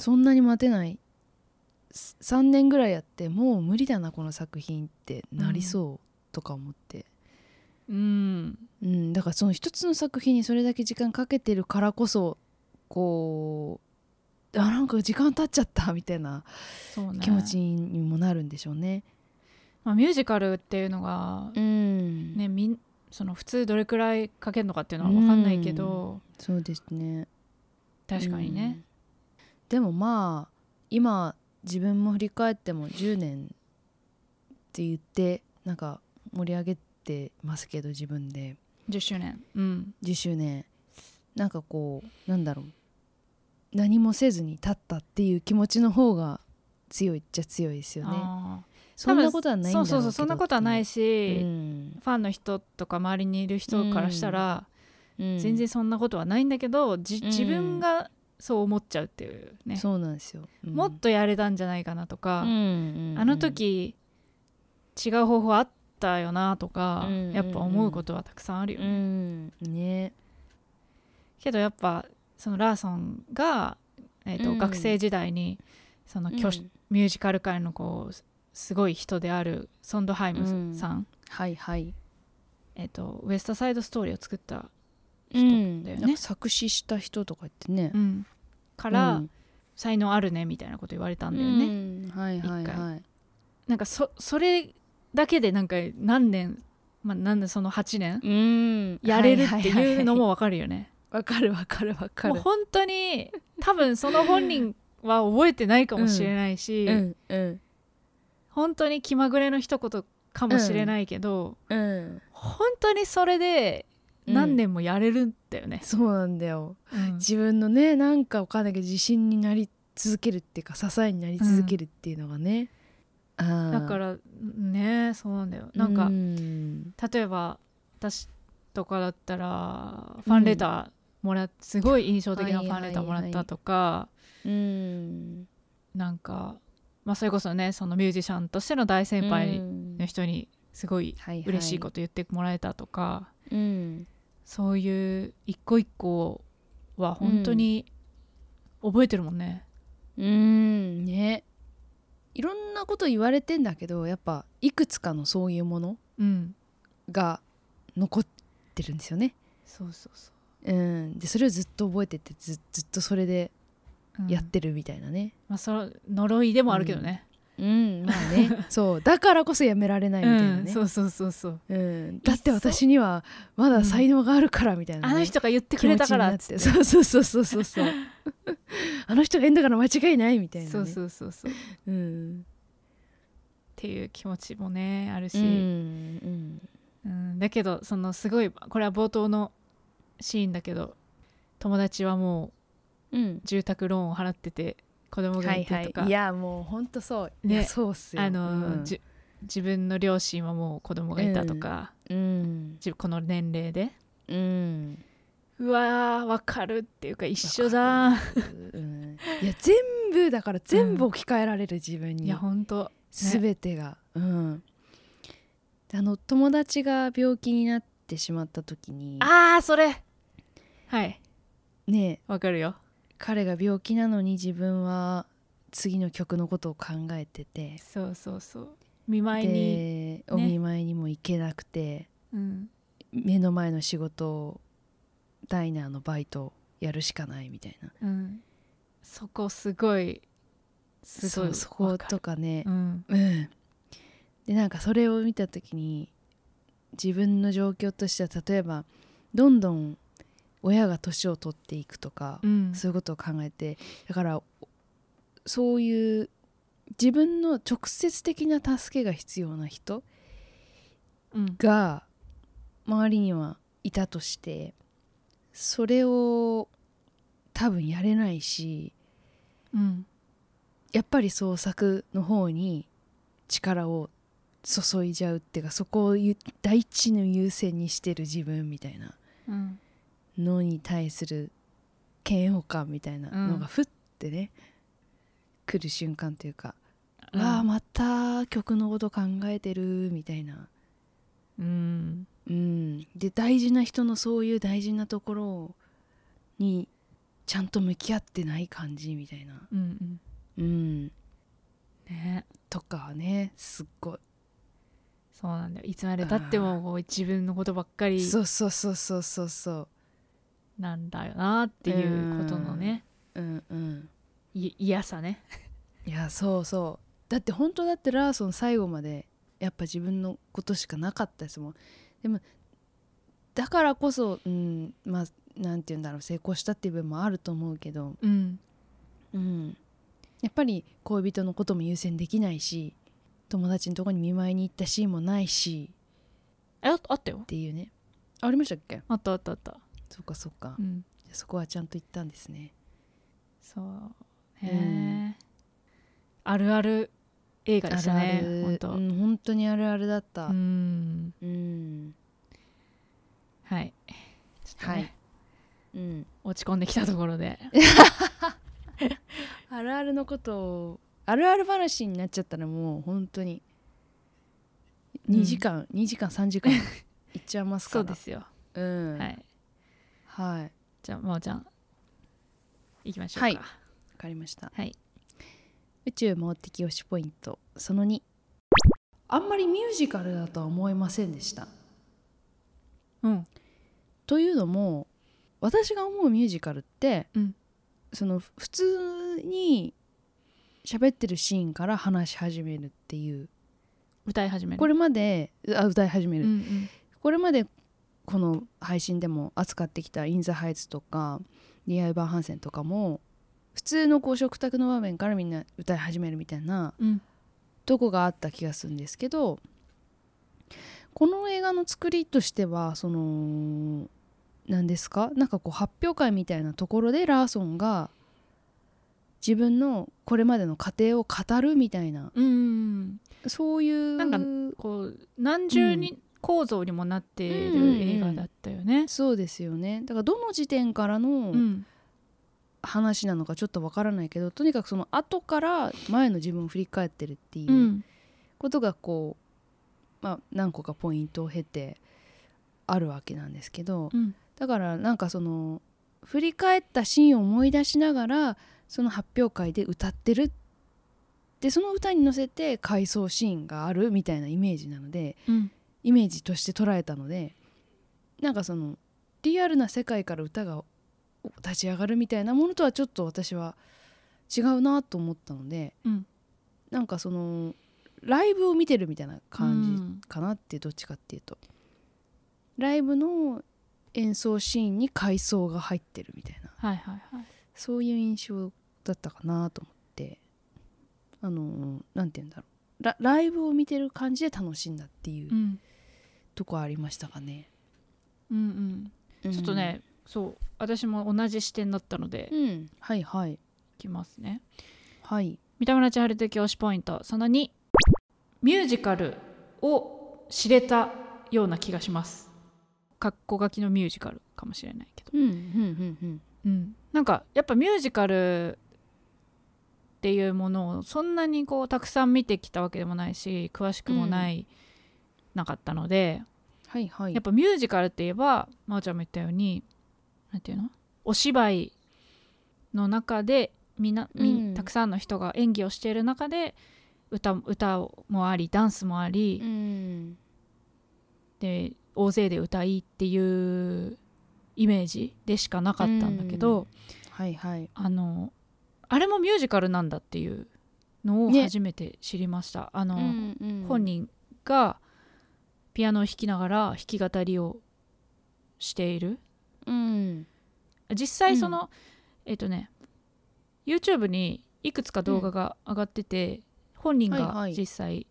S3: そんなに待てない3年ぐらいやってもう無理だなこの作品ってなりそうとか思って、
S2: うん
S3: うん、だからその一つの作品にそれだけ時間かけてるからこそこうあなんか時間経っちゃったみたいな
S2: そうね
S3: 気持ちにもなるんでしょうね。
S2: まあ、ミュージカルっていうのが、
S3: うん
S2: ね、みんその普通どれくらいかけるのかっていうのはわかんないけど、
S3: そうですね
S2: 確かにね。、
S3: うんでもまあ今自分も振り返っても10年って言ってなんか盛り上げてますけど自分で
S2: 10周年うん
S3: 10周年なんかこうなんだろう何もせずに立ったっていう気持ちの方が強いっちゃ強いですよね
S2: あー
S3: そんなことはないんだろ
S2: そううそう
S3: けど
S2: そうそんなことはない
S3: し、
S2: し、
S3: うん
S2: ファンの人とか周りにいる人からしたら、
S3: うん
S2: 全然そんなことはないんだけど、じ
S3: ん
S2: 自分がそう思っちゃうっていうね、
S3: そうなんですよ、うん
S2: もっとやれたんじゃないかなとか、
S3: うんうんうん
S2: あの時違う方法あったよなとか、
S3: うん
S2: やっぱ思うことはたくさんあるよ
S3: う
S2: ね、
S3: んね
S2: けどやっぱそのラーソンが、えーと
S3: うん
S2: 学生時代にその挙手
S3: うん
S2: ミュージカル界のこうすすごい人であるソンドハイムさん、
S3: はいはい、
S2: えー、とウエストサイドストーリーを作った、
S3: うん
S2: だよね
S3: なんか作詞した人とか言ってね、
S2: うんか、
S3: から
S2: 才能あるねみたいなこと言われたんだよね、
S3: はいはい
S2: 一
S3: は
S2: 回
S3: い
S2: なんかそそれだけでなんか何年、まあ、何年その8年
S3: うん
S2: やれるって
S3: はは
S2: いう
S3: は
S2: のもわかるよね、
S3: わかるわかるわか
S2: もう本当に多分その本人は覚えてないかもしれないし、
S3: うんうん
S2: 本当に気まぐれの一言かもしれないけど、
S3: うん
S2: 本当にそれで何年もやれるんだよね、
S3: そうなんだよ
S2: うん
S3: 自分のねなんかわかんないけど自信になり続けるっていうか支えになり続けるっていうのがね、ああ
S2: だかららねそうなんだよなんか、
S3: うん
S2: 例えば私とかだったらファンレターもらっすごい印象的なファンレターもらったとか、
S3: うん
S2: なんか、まあ、それこそねそのミュージシャンとしての大先輩の人にすごい
S3: はいはい
S2: 嬉しいこと言ってもらえたとか、
S3: うん
S2: そういう一個一個は本当に覚えてるもんね。
S3: うんねいろんなこと言われてんだけどやっぱいくつかのそういうもの
S2: うん、
S3: が残ってるんですよね
S2: そうそうそ
S3: うん、でそれをずっと覚えててずずっとそれで
S2: う、うん
S3: やってるみたいなね。
S2: まあ、その呪いでもあるけどね。
S3: うん、まあね そうだからこそやめられないみたい
S2: う
S3: な
S2: ん
S3: ね。
S2: そうそうそうそう。
S3: うんだって私にはまだ才能があるからみたいな、ね
S2: あの人が言ってく
S3: 気
S2: れ
S3: 持
S2: た
S3: ち
S2: か
S3: に
S2: ら
S3: な
S2: っ
S3: っ
S2: つって
S3: てそうそうそうそうそうそうあの人がいいんだから間違いないみたいな、ね、
S2: そうそうそうそう。っ
S3: うん、
S2: ていう気持ちもねあるし、
S3: うんうん
S2: うんだけどそのすごいこれは冒頭のシーンだけど友達はも
S3: うん
S2: う住宅ローンを払ってて子供が
S3: はいい
S2: てとか、
S3: はいいやもうほんとそう、
S2: ね
S3: いやそうっすよ
S2: あの、
S3: うん
S2: じ自分の両親はもう子供がいたとか、
S3: うん
S2: じこの年齢で
S3: うん
S2: うわーわかるっていうか一緒だ
S3: うんいや全部だから全部置き換えられる自分
S2: い
S3: に
S2: やほんと
S3: 全てが、うんあの友達が病気になってしまった時に
S2: あーそれはい
S3: ね
S2: わかるよ
S3: 彼が病気なのに自分は次の曲のことを考えてて
S2: そうそうそう見舞いに、
S3: でお見舞いにも行けなくて、
S2: うん、
S3: 目の前の仕事をダイナーのバイトをやるしかないみたいな
S2: うん、そこすごいす
S3: そ
S2: ごいう
S3: そこ
S2: わかる
S3: とかね
S2: うん
S3: うん、でなんかそれを見た時に自分の状況としては例えばどんどん親が年を取っていくとか、
S2: うん
S3: そういうことを考えてだからそういう自分の直接的な助けが必要な人
S2: うん
S3: が周りにはいたとしてそれを多分やれないし
S2: うん
S3: やっぱり創作の方に力を注いじゃうっていうかそこをゆ第一の優先にしてる自分みたいな
S2: うん
S3: のに対する嫌悪感みたいなの
S2: うん
S3: がふってね、来る瞬間というか、
S2: うん
S3: わあまた曲のこと考えてるみたいな、
S2: うん
S3: うん、で大事な人のそういう大事なところにちゃんと向き合ってない感じみたいな、
S2: うんうん
S3: うん、
S2: ね
S3: とかはねすっごい
S2: そうなんだよいつまでたってもこう自分のことばっかり
S3: そうそうそうそうそうそ
S2: なんだよなっていうことのね
S3: ううんうん
S2: い嫌さね
S3: いやそうそうだって本当だってラーソン最後までやっぱ自分のことしかなかったですもんでもだからこそうんまあなんて言うんだろう成功したっていう部分もあると思うけど、
S2: うん
S3: うん、やっぱり恋人のことも優先できないし友達のとこに見舞いに行ったシーンもないし
S2: えああったよ
S3: っていうねありましたっけ
S2: あったあったあった
S3: そっかそっか、
S2: うん
S3: そこはちゃんと行ったんですね
S2: そうね、あるある映画でした
S3: ある
S2: ね
S3: あ
S2: 本
S3: る
S2: 当
S3: うん本当にあるあるだった
S2: う。ん
S3: うん、
S2: はいちょっとね、
S3: はいうん、
S2: 落ち込んできたところで
S3: あるあるのことをあるある話になっちゃったらもう本当に
S2: うん
S3: 2時間、2時間3時 間いっちゃいます
S2: そ
S3: から
S2: うですよ、
S3: う
S2: は
S3: んはい、
S2: い
S3: はい、わ
S2: じゃあ真央ちゃんいきましょうか
S3: はいかりました、
S2: はい
S3: 宇宙回ってき推しポイントその2あんまりミュージカルだとは思いませんでした
S2: うん
S3: というのも私が思うミュージカルって、
S2: うん
S3: そのふ普通に喋ってるシーンから話し始めるっていう
S2: 歌い始める
S3: これまであ歌い始める、
S2: うんうん
S3: これまでこの配信でも扱ってきた「イン・ザ・ハイツ」とか「リアル・バン・ハンセン」とかも普通のこう食卓の場面からみんな歌い始めるみたいな
S2: うん
S3: とこがあった気がするんですけどこの映画の作りとしてはその何ですかなんかこう発表会みたいなところでラーソンが自分のこれまでの過程を語るみたいな
S2: うんうん
S3: そういう
S2: なんこう何重に構造にもなってい
S3: うんうんうん
S2: る映画だったよね。
S3: そうですよねだからどの時点からの、
S2: うん
S3: 話なのかちょっとわからないけどとにかくその後から前の自分を振り返ってるって
S2: う
S3: いうんことがこう、まあ、何個かポイントを経てあるわけなんですけど
S2: うん
S3: だからなんかその振り返ったシーンを思い出しながらその発表会で歌ってるでその歌に乗せて回想シーンがあるみたいなイメージなので
S2: うん
S3: イメージとして捉えたのでなんかそのリアルな世界から歌が立ち上がるみたいなものとはちょっと私は違うなと思ったので、
S2: うん
S3: なんかそのライブを見てるみたいな感じかなってどっちかっていうと、ライブの演奏シーンに回想が入ってるみたいな
S2: はいはいはい。
S3: そういう印象だったかなと思ってあのなんて言うんだろうラライブを見てる感じで楽しんだっていう
S2: うん
S3: とこありましたかね。
S2: うんう
S3: ち
S2: んちょっと、ねそう私も同じ視点だったのでい
S3: うん、はいはい
S2: きますね。
S3: はい。
S2: 三田村千春的推しポイントその2ミュージカルを知れたような気がします。括弧書きのミュージカルかもしれないけど。
S3: うんうんうん
S2: うん、なんかやっぱミュージカルっていうものをそんなにこうたくさん見てきたわけでもないし詳しくもない、なかったので
S3: はいはい。
S2: やっぱミュージカルって言えば真央ちゃんも言ったようになんていうのお芝居の中でみんなみん
S3: うん
S2: たくさんの人が演技をしている中で歌歌もありダンスもあり、
S3: うん
S2: で大勢で歌いっていうイメージでしかなかったんだけど。
S3: うんはいはい。
S2: あのあれもミュージカルなんだっていうのを
S3: ね
S2: 初めて知りました、あの、本
S3: 本
S2: 人がピアノを弾きながら弾き語りをしている
S3: うん
S2: 実際その、えっ、とね YouTube にいくつか動画が上がってて、本人
S3: はいは
S2: が
S3: い
S2: 実際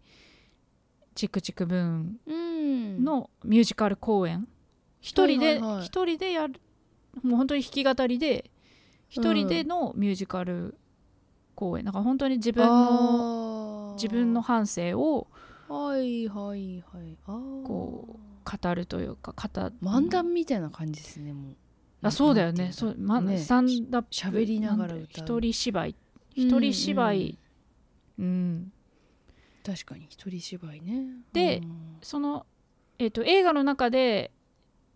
S2: 「チクチクブーン
S3: うん
S2: のミュージカル公演一人で一、
S3: はいはい
S2: 人でやるもう本当に弾き語りで一人でのミュージカル公演、なんか本当に自分の
S3: の
S2: 自分の半生を
S3: はいはいはいあー
S2: こ語るというか語
S3: 漫談みたいな感じですねもう。
S2: あそうだよ
S3: な
S2: ね
S3: んてい
S2: そ
S3: ん
S2: う、ま
S3: ね
S2: スタンダップ
S3: し喋りながら歌
S2: だ
S3: うん
S2: よ一人芝居
S3: だろ
S2: 一
S3: う
S2: 人芝居、うん
S3: うん確かに一人芝居ね。
S2: で
S3: うん
S2: その、えっと映画の中で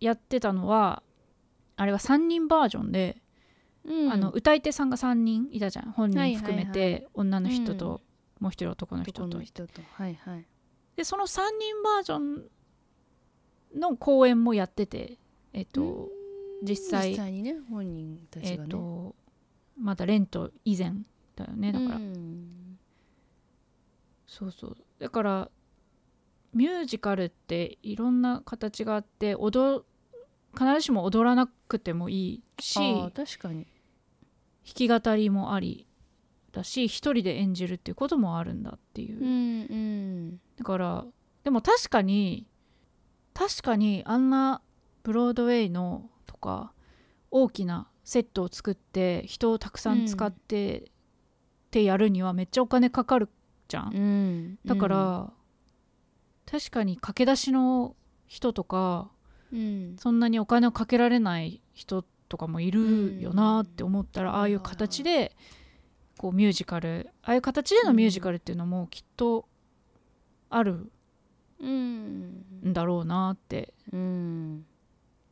S2: やってたのはあれは3人バージョンで、
S3: うん
S2: あの歌い手さんが3人いたじゃん本
S3: はい
S2: 人
S3: はいは
S2: 含
S3: い
S2: めて、女の人と、もう一人男の人
S3: 男
S2: と
S3: の人とはいはい。
S2: でその3人バージョンの公演もやっててえっと実際
S3: 実際にね本人た
S2: え
S3: ちが
S2: っ
S3: ね。
S2: とまだレント以前だよねだから、
S3: うん
S2: そうそうだからミュージカルっていろんな形があって踊必ずしも踊らなくてもいいし
S3: あー
S2: 弾
S3: 確かに
S2: き語りもありだし一人で演じるっていうこともあるんだっていう、
S3: んうん
S2: だからでも確かに確かにあんなブロードウェイのとか大きなセットを作って人をたくさん使ってってやるにはめっちゃお金かかるじゃん、
S3: うん
S2: だから、、確かに駆け出しの人とか
S3: うん
S2: そんなにお金をかけられない人とかもいるよなって思ったら、
S3: うん
S2: ああいう形でこうミュージカルああいう形でのミュージカルっていうのもきっとある
S3: うん
S2: んだろうなって
S3: うん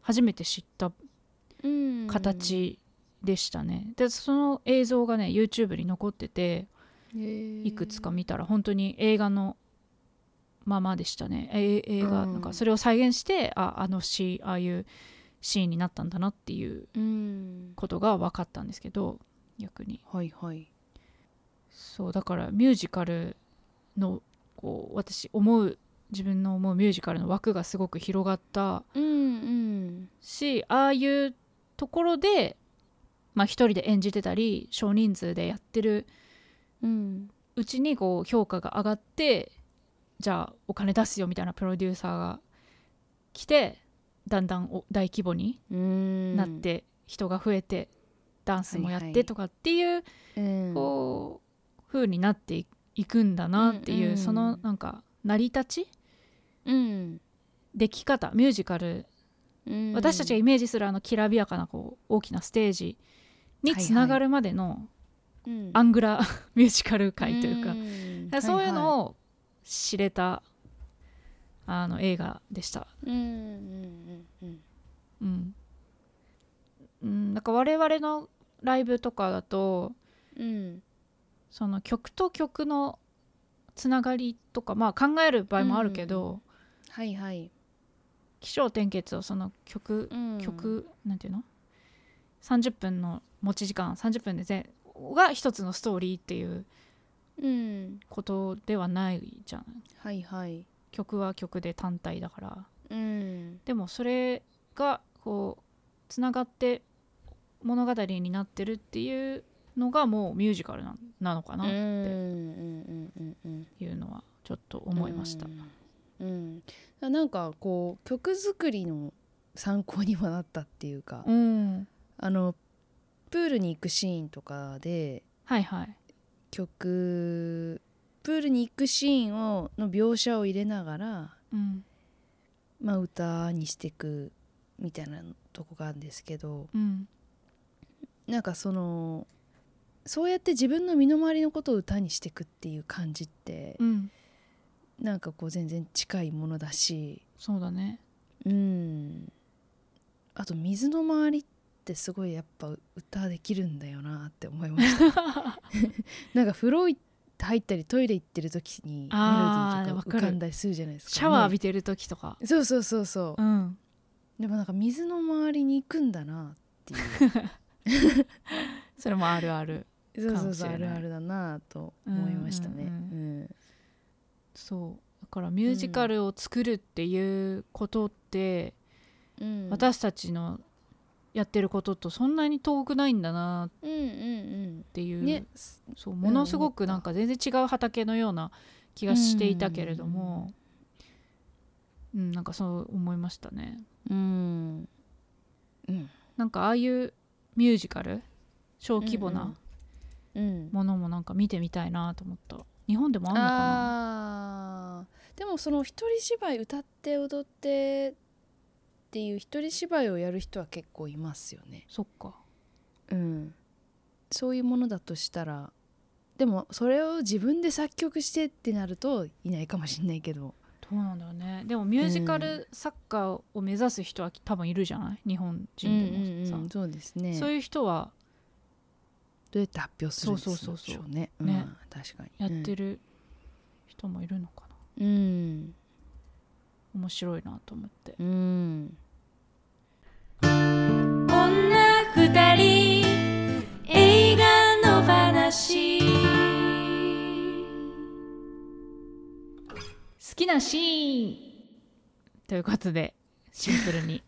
S2: 初めて知った
S3: うん、
S2: 形でしたね、でその映像がね YouTube に残っててい
S3: い
S2: くつか見たら本当に映画のままでしたねえ映画
S3: うん
S2: なんかそれを再現して、ああのシーンああいうシーンになったんだなっていう
S3: うん
S2: ことが分かったんですけど逆に
S3: はいはい
S2: そうだからミュージカルのこう私思う自分の思うミュージカルの枠がすごく広がった
S3: うんうん
S2: しああいうところで、まあ、一人で演じてたり少人数でやってる
S3: うん
S2: うちにこう評価が上がってじゃあお金出すよみたいなプロデューサーが来てだんだんお大規模に
S3: うん
S2: なって、人が増えてダンスもやっ
S3: はいは
S2: て
S3: い
S2: とかっていう、
S3: うん
S2: こう風になっていいくんだなっていう、
S3: うんうん
S2: そのなんか成り立ち
S3: うん
S2: でき方ミュージカル
S3: うん
S2: 私たちがイメージするあのきらびやかなこう大きなステージにつながるまでの
S3: うん
S2: アングラ ミュージカル界というか,、
S3: ん
S2: そういう
S3: は
S2: のを知れたあの映画でした。
S3: いはいうんうんうん
S2: うんうん、なんか我々のライブとかだと
S3: うん
S2: その曲と曲のつながりとか、まあ、考える場合もあるけど、
S3: はいはい
S2: 起承転結をその曲
S3: うん
S2: 曲、なんていうの30分の持ち時間30分で全が一つのストーリーっていう
S3: うん
S2: ことではないじゃん
S3: はいはい
S2: 曲は曲で単体だから
S3: うん
S2: でもそれがこうつながって物語になってるっていうのがもうミュージカルななのか
S3: うんうん
S2: なっ
S3: うんうんうん
S2: ていうのはちょっと思いました、
S3: うん、うん、なんかこう曲作りの参考にもなったっていうか、
S2: うん、
S3: あのプールに行くシーンとかで
S2: はいはい
S3: 曲プールに行くシーンをの描写を入れながら、
S2: うん
S3: まあ、歌にしていくみたいなとこがあるんですけど
S2: うん
S3: なんかそのそうやって自分の身の回りのことを歌にしていくっていう感じって
S2: う、ん
S3: なんかこう全然近いものだし
S2: そうだね
S3: うんあと水の周りってすごいやっぱ歌できるんだよなって思いました なんか風呂い入ったりトイレ行ってる時にメロデ
S2: あー
S3: ィーとか
S2: わ
S3: 浮
S2: か
S3: か
S2: る
S3: んだりするじゃないですか、
S2: シャワー浴びてる時とか、
S3: びそうそうそうそう、
S2: うん
S3: でもなんか水の周りに行くんだな っていう
S2: それもあるある
S3: そ
S2: か
S3: う
S2: もしれない
S3: そうそうあるあるだなと思いましたね
S2: う
S3: うん
S2: うん
S3: ん
S2: そうだからミュージカルを作るっていうことって、
S3: うん
S2: 私たちのやってることとそんなに遠くないんだな
S3: うんうん
S2: っていう
S3: う、んね
S2: そうものすごくなんか全然違う畑のような気がしていたけれども、うんなんかそう思いましたね。
S3: うんうん
S2: なんかああいうミュージカル小規模
S3: うんう
S2: なん
S3: うん
S2: ものもなんか見てみたいなと思った日本でもあんのかな
S3: あーでもその一人芝居歌って踊ってっていう一人芝居をやる人は結構いますよね、
S2: そっか
S3: うん、そういうものだとしたらでもそれを自分で作曲してってなるといないかもしれないけど
S2: どうなんだろうねでもミュージカル作家を目指す人は多分いるじゃない日本人でもさ、
S3: そうですね
S2: そういう人は
S3: どうやって発表するんです
S2: そうそうそうそう
S3: でしょね
S2: ね
S3: うん、確かに
S2: やってる人もいるのかな、
S3: うん、
S2: 面白いなと思って
S3: うんうん
S1: 女二人映画の話
S2: 好きなシーンということでシンプル に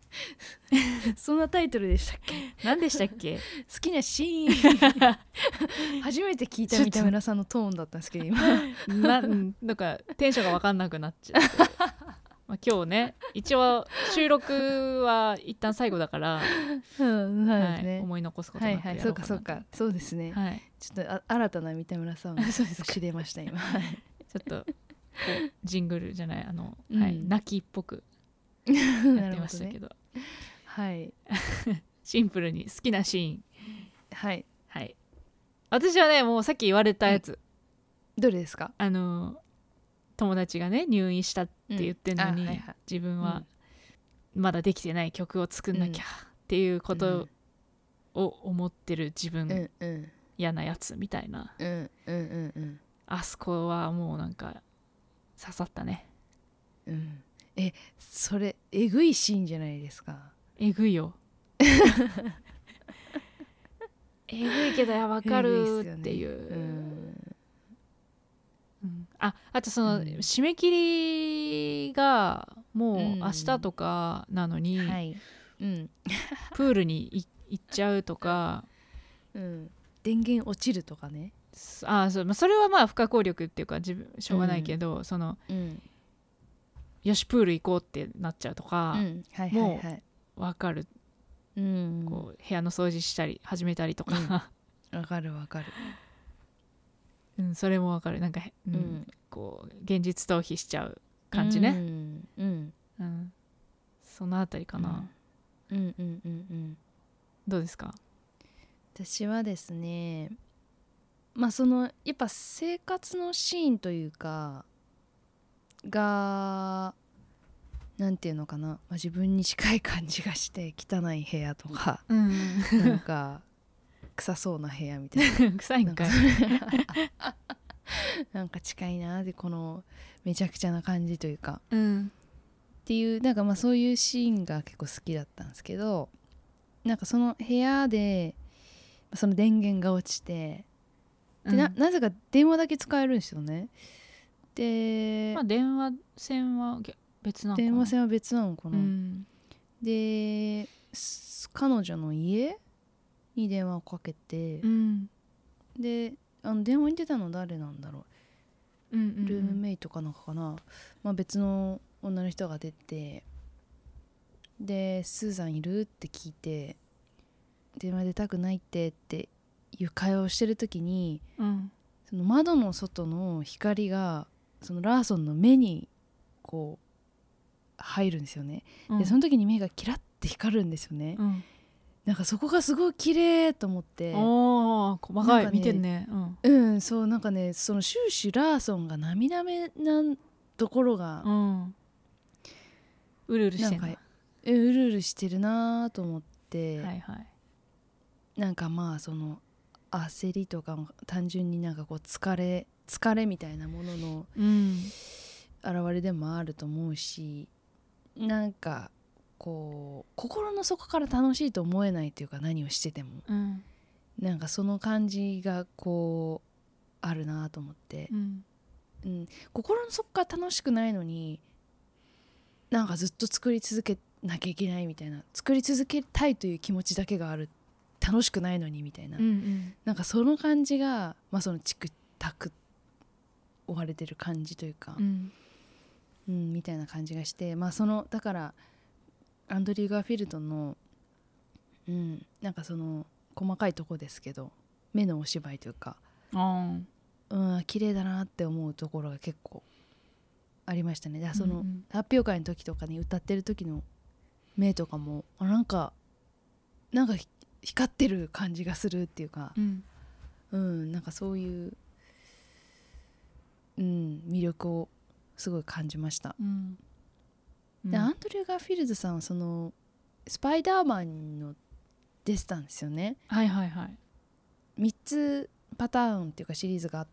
S3: そんなタイトルでしたっけ
S2: 何でしたっけ
S3: 好きなシー ン初めて聞いた
S2: ちょっと
S3: 三田村さんのトーンだったんですけど今
S2: ななんかテンションが分かんなくなっちゃってまあ、今日ね一応収録は一旦最後だから、
S3: うんそうです
S2: はい
S3: ね
S2: 思い残すこと
S3: は
S2: ないくや
S3: はい
S2: ろ
S3: そうう
S2: か
S3: か
S2: な
S3: そうかそうですね、
S2: はい
S3: ちょっとあ新たな三田村さんを
S2: そうですか
S3: 知れました今
S2: ちょっとこうジングルじゃないあの、
S3: うん
S2: はい、泣きっぽく や
S3: や
S2: ってましたけど
S3: はい
S2: シンプルに好きなシーン
S3: はい
S2: はい私はねもうさっき言われたやつ、
S3: どれですか
S2: あの友達がね入院したって言ってんのに、
S3: うんあはいはい
S2: 自分はまだできてない曲を作んなきゃっていうことを思ってる自分、
S3: うんうん
S2: 嫌なやつみたいな
S3: うんうんうんうん
S2: あそこはもうなんか刺さったね
S3: うんえそれえぐいシーンじゃないですか
S2: えぐいよ えぐいけどいやわかるっていう
S3: う、ん
S2: うんああとその、
S3: うん
S2: 締め切りがもう
S3: うん
S2: 明日とかなのに、
S3: いうん
S2: プールにい行っちゃうとか
S3: うん電源落ちるとかね
S2: すあそう、まあ、それはまあ不可抗力っていうか自分しょうがないけど、その
S3: うん
S2: よしプール行こうってなっちゃうと
S3: う
S2: か
S3: んはいは
S2: も
S3: いはいう
S2: わ、かる
S3: うん
S2: こう部屋の掃除したり始めたりとか、
S3: わかるわかる
S2: うん、それもわかるなんか、うんこう現実逃避しちゃう感じね、
S3: うんうん
S2: うんそのあたりかな、
S3: うんうんうんうん
S2: どうですか
S3: 私はですねまあそのやっぱ生活のシーンというかがなんていうのかな、まあ、自分に近い感じがして汚い部屋と かなんか臭そうな部屋みたい な
S2: 臭いんかい
S3: なんか近いなでこのめちゃくちゃな感じというか
S2: うん
S3: っていうなんかまあそういうシーンが結構好きだったんですけどなんかその部屋でその電源が落ちてでななぜか電話だけ使えるんですよねで、
S2: まあ電話線はげ別なのかな
S3: 電話線は別なのか
S2: う
S3: な、
S2: ん
S3: です彼女の家に電話をかけて
S2: う、ん
S3: であの電話に出たの誰なんだろ
S2: うん
S3: う
S2: うん
S3: ルームメイトかなんかかな、まあ、別の女の人が出てで「スーザンいる?」って聞いて「電話出たくないって」っていう会話をしてる時に
S2: うん
S3: その窓の外の光がそのラーソンの目にこう入るんですよね、
S2: うん
S3: でその時に目がキラッて光るんですよね、
S2: うん
S3: なんかそこがすごい綺麗と思って
S2: おお細か
S3: ないんかね
S2: 見てんねうん
S3: うんそうなんかねその終始ラーソンが涙目なところが、
S2: うんうるうるしてん
S3: な
S2: なん
S3: かえうるうるしてるなと思って、
S2: はいはい
S3: なんかまあその焦りとかも単純になんかこう疲れ疲れみたいなものの
S2: うん
S3: 現れでもあると思うしなんかこう心の底から楽しいと思えないというか何をしてても
S2: うん
S3: なんかその感じがこうあるなと思って、
S2: うん
S3: うん、心の底から楽しくないのになんかずっと作り続けなきゃいけないみたいな作り続けたいという気持ちだけがある楽しくないのにみたいな、
S2: うんうん
S3: なんかその感じが、まあ、そのチクタク追われてる感じというか、
S2: うん
S3: うん、みたいな感じがして、まあ、そのだからアンドリュー・ガーフィールドの、うん、なんかその細かいとこですけど目のお芝居というか、
S2: あー
S3: うん、綺麗だなって思うところが結構ありましたね。でそ
S2: う
S3: の、
S2: んうん
S3: 発表会の時とかに歌ってる時の目とかもあなんかなんかひ光ってる感じがするっていうか、
S2: うん
S3: うん、なんかそういう、うん、魅力をすごい感じました。
S2: うん
S3: でアンドリュー・ガーフィールドさんはそのスパイダーマンの出てたんですよね
S2: はいはいはい
S3: 3つパターンっていうかシリーズがあっ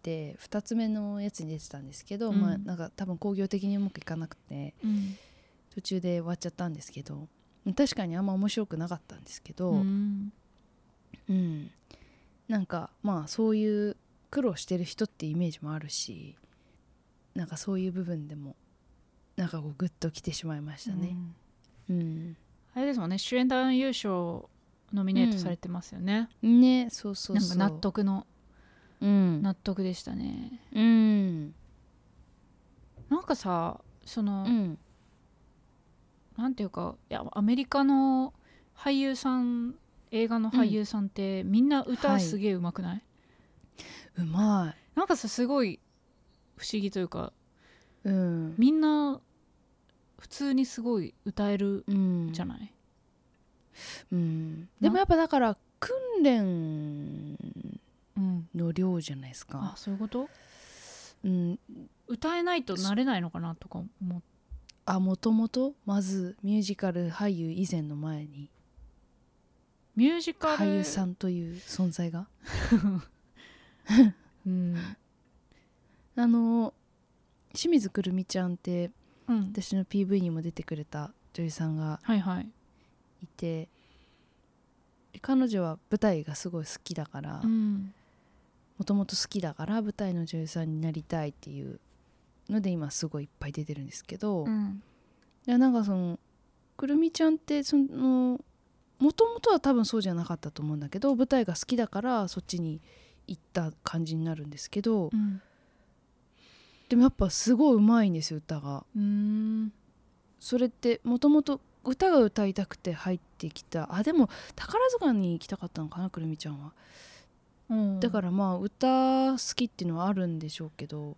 S3: て2つ目のやつに出てたんですけど、
S2: うん
S3: まあなんか多分興行的にうまくいかなくて
S2: うん
S3: 途中で終わっちゃったんですけど確かにあんま面白くなかったんですけど、
S2: うん
S3: うんなんかまあそういう苦労してる人ってイメージもあるしなんかそういう部分でもなんかこうグッときてしまいました
S2: う
S3: ね。
S2: ん
S3: うん
S2: あれですもんね主演男優賞ノミネートされてますよね、
S3: ねそうそう
S2: なん
S3: そ
S2: か
S3: う
S2: 納得の
S3: うん
S2: 納得でしたね
S3: うん
S2: なんかさその、
S3: うん
S2: なんていうかいやアメリカの俳優さん映画の俳優さんって、みんな
S3: は
S2: 歌
S3: い
S2: すげえうまくない、
S3: うま
S2: なんかさすごい不思議というか
S3: いうん、
S2: みんな普通にすごい歌える
S3: うん
S2: じゃない、
S3: うん、でもやっぱだから訓練
S2: うん、
S3: の量じゃないです
S2: あ
S3: か、
S2: そういうこと
S3: うん、
S2: 歌えないとなれないのかなとか思っ
S3: あもともとまずミュージカル俳優以前の前に
S2: ミュージカル
S3: 俳優さんという存在が
S2: うん、
S3: あの清水くるみちゃんって
S2: うん、
S3: 私の PV にも出てくれた女優さんが
S2: はいはい、
S3: いて彼女は舞台がすごい好きだから
S2: うん、
S3: もともと好きだから舞台の女優さんになりたいっていうので今すごいいっぱい出てるんですけど、い
S2: ん、
S3: やなんかそのくるみちゃんってそのもともとは多分そうじゃなかったと思うんだけど舞台が好きだからそっちに行った感じになるんですけど、
S2: うん
S3: でもやっぱすごい上手いんですよ歌が。
S2: うん
S3: それってもともと歌が歌いたくて入ってきたあでも宝塚に行きたかったのかなくるみちゃんは
S2: うん
S3: だからまあ歌好きっていうのはあるんでしょうけど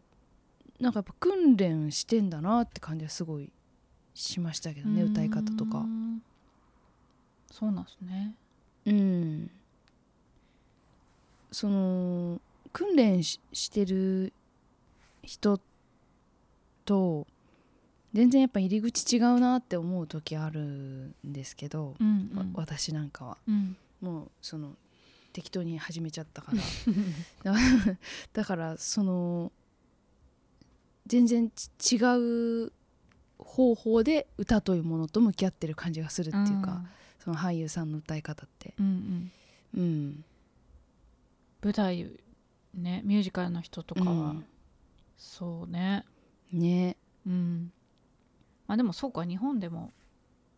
S3: なんかやっぱ訓練してんだなって感じはすごいしましたけどね
S2: うん
S3: 歌い方とか
S2: そうなんですね
S3: うんその訓練ししてる人と全然やっぱ入り口違うなって思う時あるんですけど、
S2: うん
S3: わ私なんかは
S2: うん
S3: もうその適当に始めちゃったから だだからその全然ち違う方法で歌というものと向き合ってる感じがするっていうか、その俳優さんの歌い方って
S2: うんうん
S3: うん
S2: 舞台ねミュージカルの人とかは、
S3: うん
S2: そうね
S3: ね
S2: うんまあでもそうか日本でも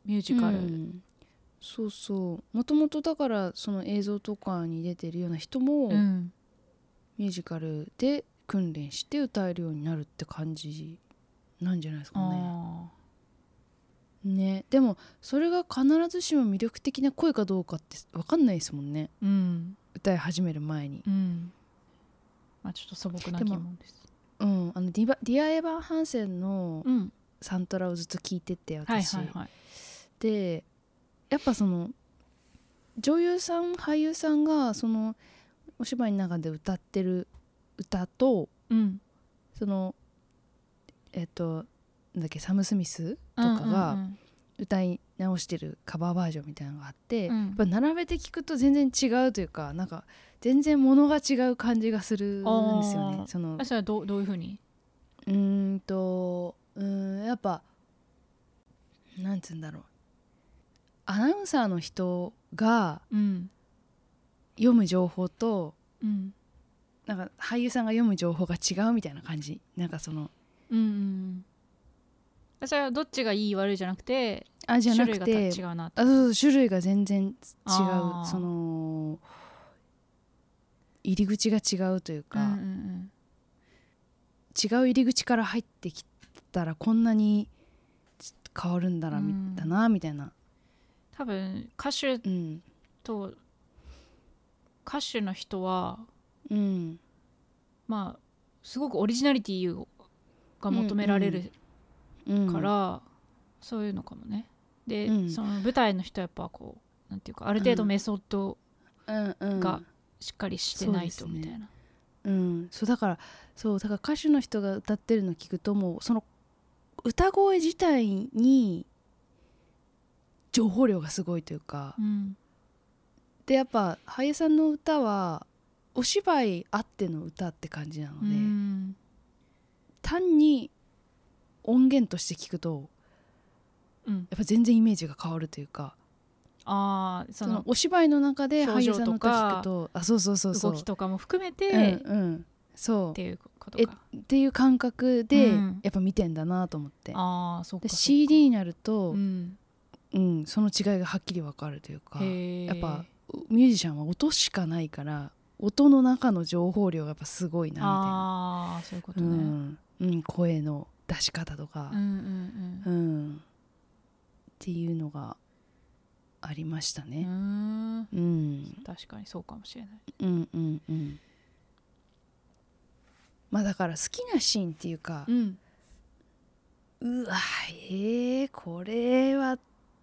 S2: ミュージカル、
S3: うんそうそうもともとだからその映像とかに出てるような人も、
S2: うん
S3: ミュージカルで訓練して歌えるようになるって感じなんじゃないですかね。
S2: あ
S3: ねでもそれが必ずしも魅力的な声かどうかって分かんないですもんね
S2: ーうん
S3: 歌い始める前に、
S2: うんまあちょっと素朴な
S3: で
S2: 疑
S3: も
S2: 問です
S3: うん、あのディバディア・エヴァン・ハンセンの
S2: うん
S3: サントラをずっと聞いてて
S2: はい
S3: 私、
S2: はいはい
S3: でやっぱその女優さん俳優さんがそのお芝居の中で歌ってる歌と
S2: うん
S3: そのえっとなんだっけサム・スミスとか
S2: う
S3: が
S2: ん
S3: 歌い直してるカバーバージョンみたいなのがあって、
S2: うんうん
S3: やっぱ並べて聞くと全然違うというかなんか全然物が違う感じがするんですよね
S2: あー
S3: その
S2: あそれはどうどういうふうに
S3: うーんとうーんやっぱなんつうんだろうアナウンサーの人が
S2: うん
S3: 読む情報と
S2: うん
S3: なんか俳優さんが読む情報が違うみたいな感じなんかその
S2: うんうんうんそれはどっちがいい悪いじゃなくて
S3: あじゃ
S2: 種
S3: な
S2: 類
S3: く
S2: がた違
S3: て
S2: うなって
S3: あそうそう種類が全然違う
S2: あー
S3: その入り口が違うというか、
S2: うんうんうん
S3: 違う入り口から入ってきたらこんなに変わるんだな,、
S2: うん
S3: だなみたいな、
S2: 多分歌手
S3: うん
S2: と歌手の人は
S3: うん、
S2: まあすごくオリジナリティが求められる
S3: うん
S2: から、そういうのかもねで、
S3: うん
S2: その舞台の人はやっぱこうなんていうかある程度
S3: うん
S2: メソッド
S3: うんうん
S2: がしっかりしてない
S3: そ
S2: と
S3: うで
S2: み
S3: すね
S2: たいな、
S3: うん、そうだからそうだから歌手の人が歌ってるの聞くともうその歌声自体に情報量がすごいというか、
S2: うん
S3: でやっぱ俳優さんの歌はお芝居あっての歌って感じなので、
S2: うん
S3: 単に音源として聞くと
S2: うん
S3: やっぱ全然イメージが変わるというか
S2: ああ
S3: そ
S2: そ
S3: の
S2: の
S3: お芝居の中で
S2: 表
S3: 俳優
S2: 情
S3: さんの
S2: と
S3: 歌
S2: か
S3: 聞くとあそうそうそうそう
S2: 動きとかも含めて、
S3: うん
S2: っ
S3: うんそ
S2: ていうことか
S3: うっていう感覚で
S2: うん
S3: やっぱ見てんだなと思って、
S2: ああそうか
S3: で
S2: そうか
S3: CD になると、
S2: う
S3: うん
S2: ん
S3: その違いがはっきりわかるというか
S2: へえ
S3: やっぱミュージシャンは音しかないから音の中の情報量がやっぱすごいなみたいな
S2: ああそういうことね、
S3: うんうん、声の出し方とか
S2: うんう、ん
S3: うんっていうのがありました
S2: うんう
S3: ね。
S2: ん
S3: うん、
S2: 確かにそうかもしれない
S3: うん、うん、うん。まあだから好きなシーンっていうか、
S2: ん
S3: うわえー、これは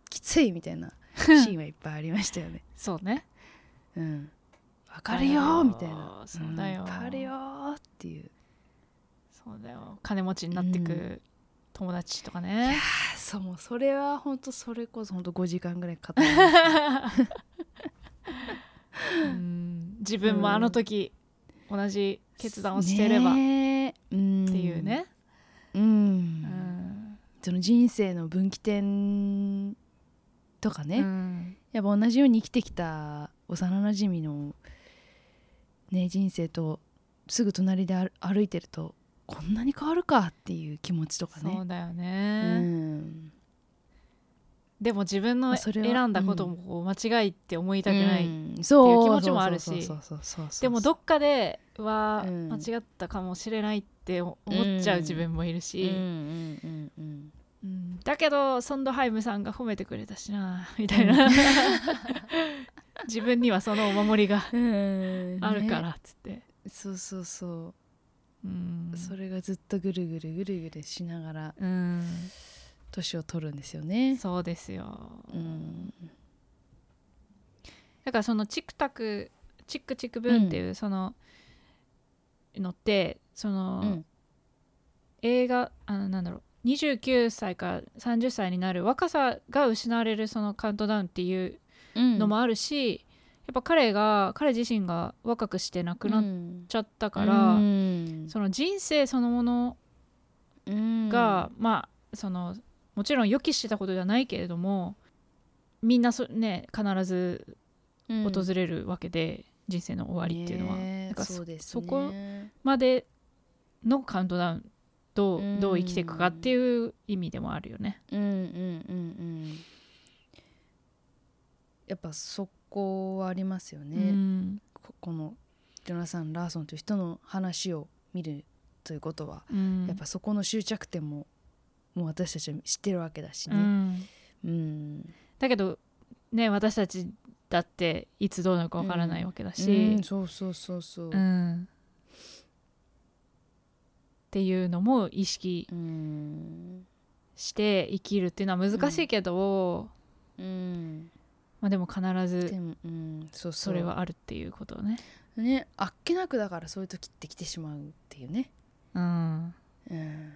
S3: きついみたい なシーンはいっぱいありましたよね。
S2: そうね
S3: うん、わかるよーみたい
S2: わか
S3: な。
S2: るよーそうだよー
S3: んわかるよーっていう。
S2: そうだよ金持ちになって
S3: う
S2: く友達とか
S3: いや
S2: ね、
S3: ーそうもうそれは本当それこそ本当5時間ぐらいかかった
S2: うん自分もあの時同じ 決断をしていればっ
S3: ねーうん
S2: ていうね、
S3: うん、
S2: うん
S3: その人生の分岐点とかね、
S2: うん
S3: やっぱ同じように生きてきた幼なじみの、ね、人生とすぐ隣で歩歩いてるとこんなに変わるかっていう気持ちとかね
S2: そうだよ
S3: う
S2: ね、
S3: ん
S2: でも自分の
S3: あそれは
S2: 選んだこともこう間違いって思いたくない、
S3: うん
S2: いう
S3: そう
S2: 気持ちもあるし
S3: そうそうそうそうそうそう
S2: でもどっかでは
S3: うん
S2: 間違ったかもしれないって思っちゃう自分もいる
S3: うんう
S2: し、
S3: んうんうん
S2: うんだけどソンドハイムさんが褒めてくれたし なみたいな自分にはそのお守りが
S3: うん
S2: あるか
S3: ね
S2: らっつって、
S3: そうそうそう
S2: うん
S3: それがずっとぐるぐるぐるぐるしながら
S2: うん
S3: 年を取るんですよね
S2: そうですよ、
S3: うん
S2: だからそのチクタクチックチクブーンっていうそののってその、
S3: うん
S2: 映画あのなんだろう29歳から30歳になる若さが失われるそのカウントダウンっていう
S3: うん
S2: のもあるし、やっぱ彼が彼自身が若くして亡くなっ
S3: うん
S2: ちゃったから、
S3: うん
S2: その人生そのものが、まあそのもちろん予期してたことではないけれどもみんなそ、ね、必ず
S3: うん
S2: 訪れるわけで、人生の終わりっていうのは、
S3: ねえ
S2: なんかそ
S3: そうです
S2: そ
S3: ね
S2: こまでのカウントダウンどう,、
S3: うん
S2: どう生きていくかっていう意味でもあるよね。
S3: うんうんうんうんやっぱそこはありますよね、
S2: うん
S3: ここのジョナサン・ラーソンという人の話を見るということは、
S2: うん
S3: やっぱそこの終着点ももう私たちは知ってるわけだし
S2: う
S3: ね
S2: ん
S3: うん
S2: だけどね私たちだっていつどうなるかわからないわけだし、
S3: うんそうそうそうそう
S2: うんっていうのも意識
S3: うん
S2: して生きるっていうのは難しいけど、
S3: うん
S2: まあ、でも必ず
S3: でもうんそうう
S2: それはあるっていうことをね。
S3: ねあっけなくだからそういう時って来てしまうっていうね
S2: うん、
S3: うん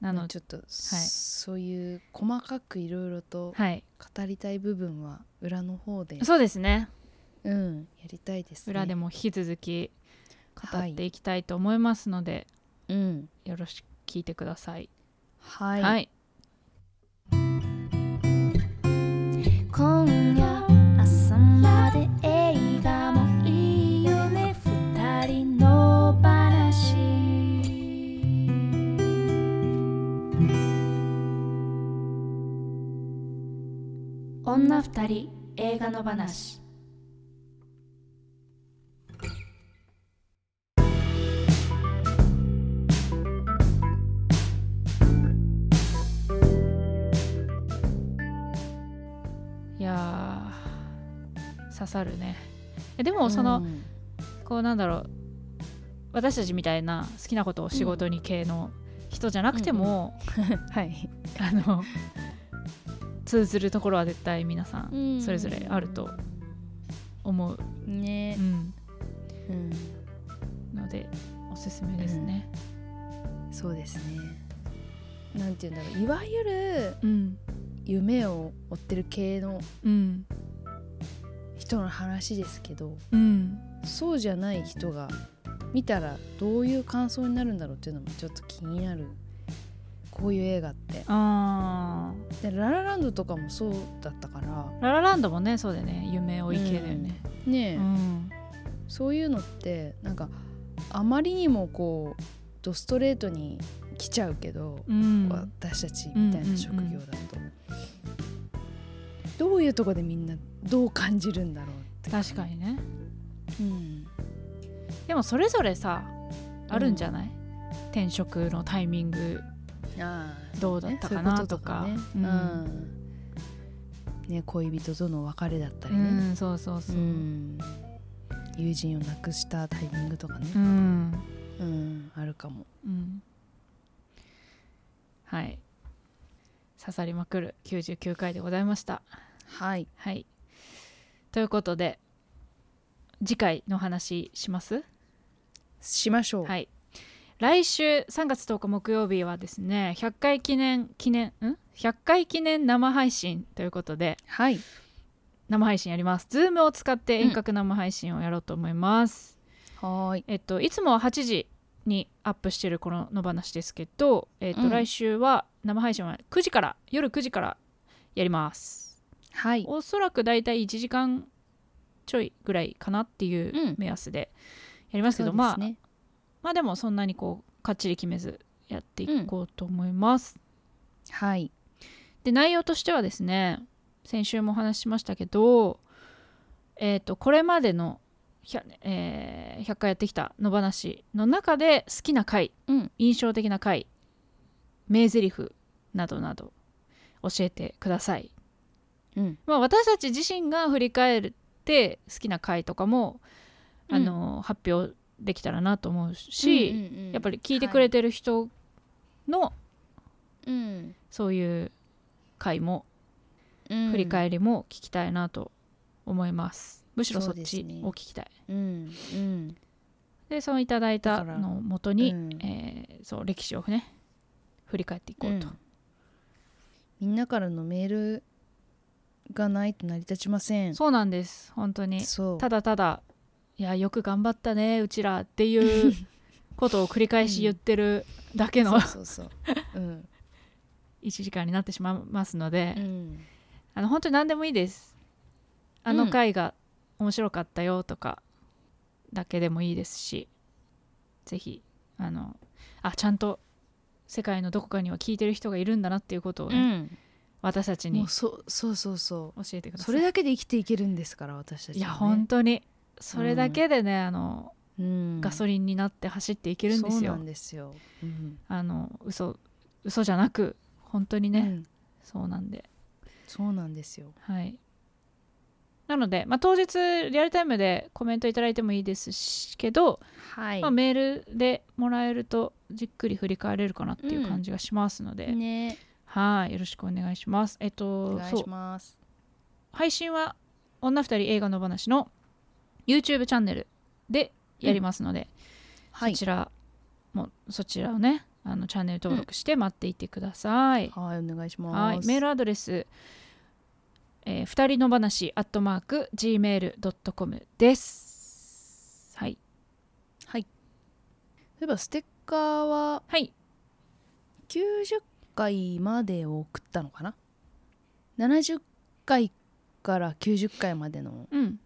S2: なの
S3: ちょっと、そういう細かくいろいろと
S2: はい
S3: 語りたい部分は裏の方で
S2: そうですね
S3: うんやりたいですね
S2: 裏で
S3: も
S2: も引き続き語
S3: は
S2: っ
S3: い
S2: ていきたいと思いますので、
S3: うん
S2: よろしく聞いてください。
S3: は、
S2: はいい、
S1: 今夜朝まで映画もいいよね二人の話女二人映画の話
S2: いやー刺さるねえでもその、
S3: うん
S2: こうなんだろう私たちみたいな好きなことを仕事に系の人じゃなくても、
S3: はい、
S2: あの通ずるところは絶対皆さんそれぞれあると思う、
S3: ね
S2: うん
S3: うん
S2: のでおすすめですね。
S3: そうですねなんて言うんだろういわゆる
S2: うん、
S3: 夢を追ってる系の
S2: うん、
S3: 人の話ですけど
S2: うん、
S3: そうじゃない人が見たらどういう感想になるんだろうっていうのもちょっと気になるこういう映画って
S2: あ
S3: でララランドとかもそうだったから
S2: ーララランドもねそうだよね夢追い系だよね。
S3: ねえ、
S2: うん
S3: そういうのってなんかあまりにもこうドストレートに来ちゃうけど、
S2: うん
S3: 私たちみたいな職業だと、どういうとこでみんなどう感じるんだろうっていうね
S2: 確か、にね
S3: うん、
S2: でもそれぞれさあるんじゃない、転職のタイミング
S3: あー
S2: どうだったかなとか
S3: そういうことだねうんね恋人との別れだったり
S2: う
S3: ね、
S2: んそうそうそうう、
S3: ん友人を亡くしたタイミングとかね、
S2: うん
S3: うん、あるかも
S2: うんはい刺さりまくる99回でございました
S3: はい
S2: はいということで次回の話します
S3: しましょう、
S2: はい来週3月10日木曜日はですね100回記念記念ん100回記念生配信ということで
S3: はい
S2: 生配信やります Zoom を使って遠隔生配信をやろうと思います、
S3: はーい
S2: えっといつもは8時にアップしてるこの野放しですけど、えっと
S3: うん
S2: 来週は生配信は9時から夜9時からやります
S3: はい
S2: おそらくだいたい1時間ちょいぐらいかなってい
S3: うん
S2: う目安でやりますけど、
S3: そう
S2: ま
S3: です
S2: あ
S3: ね
S2: まあでもそんなにこうかっちり決めずやっていこうと思います、
S3: はい
S2: で内容としてはですね先週もお話ししましたけどえっ、とこれまでの 100,、えー100回やってきた野放しの中で好きな回、
S3: うん
S2: 印象的な回名台詞などなど教えてください、
S3: うん
S2: まあ、私たち自身が振り返って好きな回とかも、あの発表できたらなと思うし、やっぱ
S3: り、
S2: り聞いてくれてる人の
S3: うん
S2: そういう回も
S3: うん、
S2: 振り返りも聞きたいなと思います、むしろそっ
S3: そう
S2: ち
S3: ですね
S2: を聞きたい
S3: うんうん
S2: でそのいただいた
S3: だから
S2: のをもとに、
S3: うん
S2: えーそう歴史をね振り返っていこうと、
S3: うんみんなからのメールがないと成り立ちません
S2: そうなんです本当に
S3: そう
S2: ただただいやよく頑張ったねうちらっていう ことを繰り返し言ってるだけの
S3: そうそうそう うん、
S2: 1時間になってしまいますので、
S3: うん、
S2: あの本当に何でもいいですあ
S3: う
S2: の
S3: ん
S2: 回が面白かったよとかだけでもいいですしぜひあのあちゃんと世界のどこかには聞いてる人がいるんだなっていうことをね、私たち
S3: も
S2: に
S3: うそそうそうそう
S2: 教えてくださ
S3: そ
S2: い
S3: れだけで生きていけるんですから私た
S2: い
S3: ちはね、
S2: や本当にそれだけでね、あの
S3: うん
S2: ガソリンになって走っていけるんです
S3: そう
S2: よ
S3: なんですよ、うん
S2: あの嘘嘘じゃなく本当にね、
S3: うん
S2: そうなんで
S3: そうなんですよ
S2: はい。なので、まあ、当日リアルタイムでコメントいただいてもいいですしけど、
S3: はい
S2: まあ、メールでもらえるとじっくり振り返れるかなっていう感じがしますので、
S3: ね
S2: はいよろしくお願いします。えっ
S3: お
S2: と
S3: 願い
S2: そ
S3: し
S2: う
S3: ます
S2: 配信は女二人映画の話の YouTube チャンネルでやりますので、
S3: はい
S2: そちらもそちらをねあのチャンネル登録して待っていてください。
S3: はいお願いします
S2: はい、メールアドレス、えー、二人の話アットマーク gmail.com です。はい、
S3: 例えばステッカーは
S2: はい、
S3: 90回までを送ったのかな70回から90回までの
S2: うん、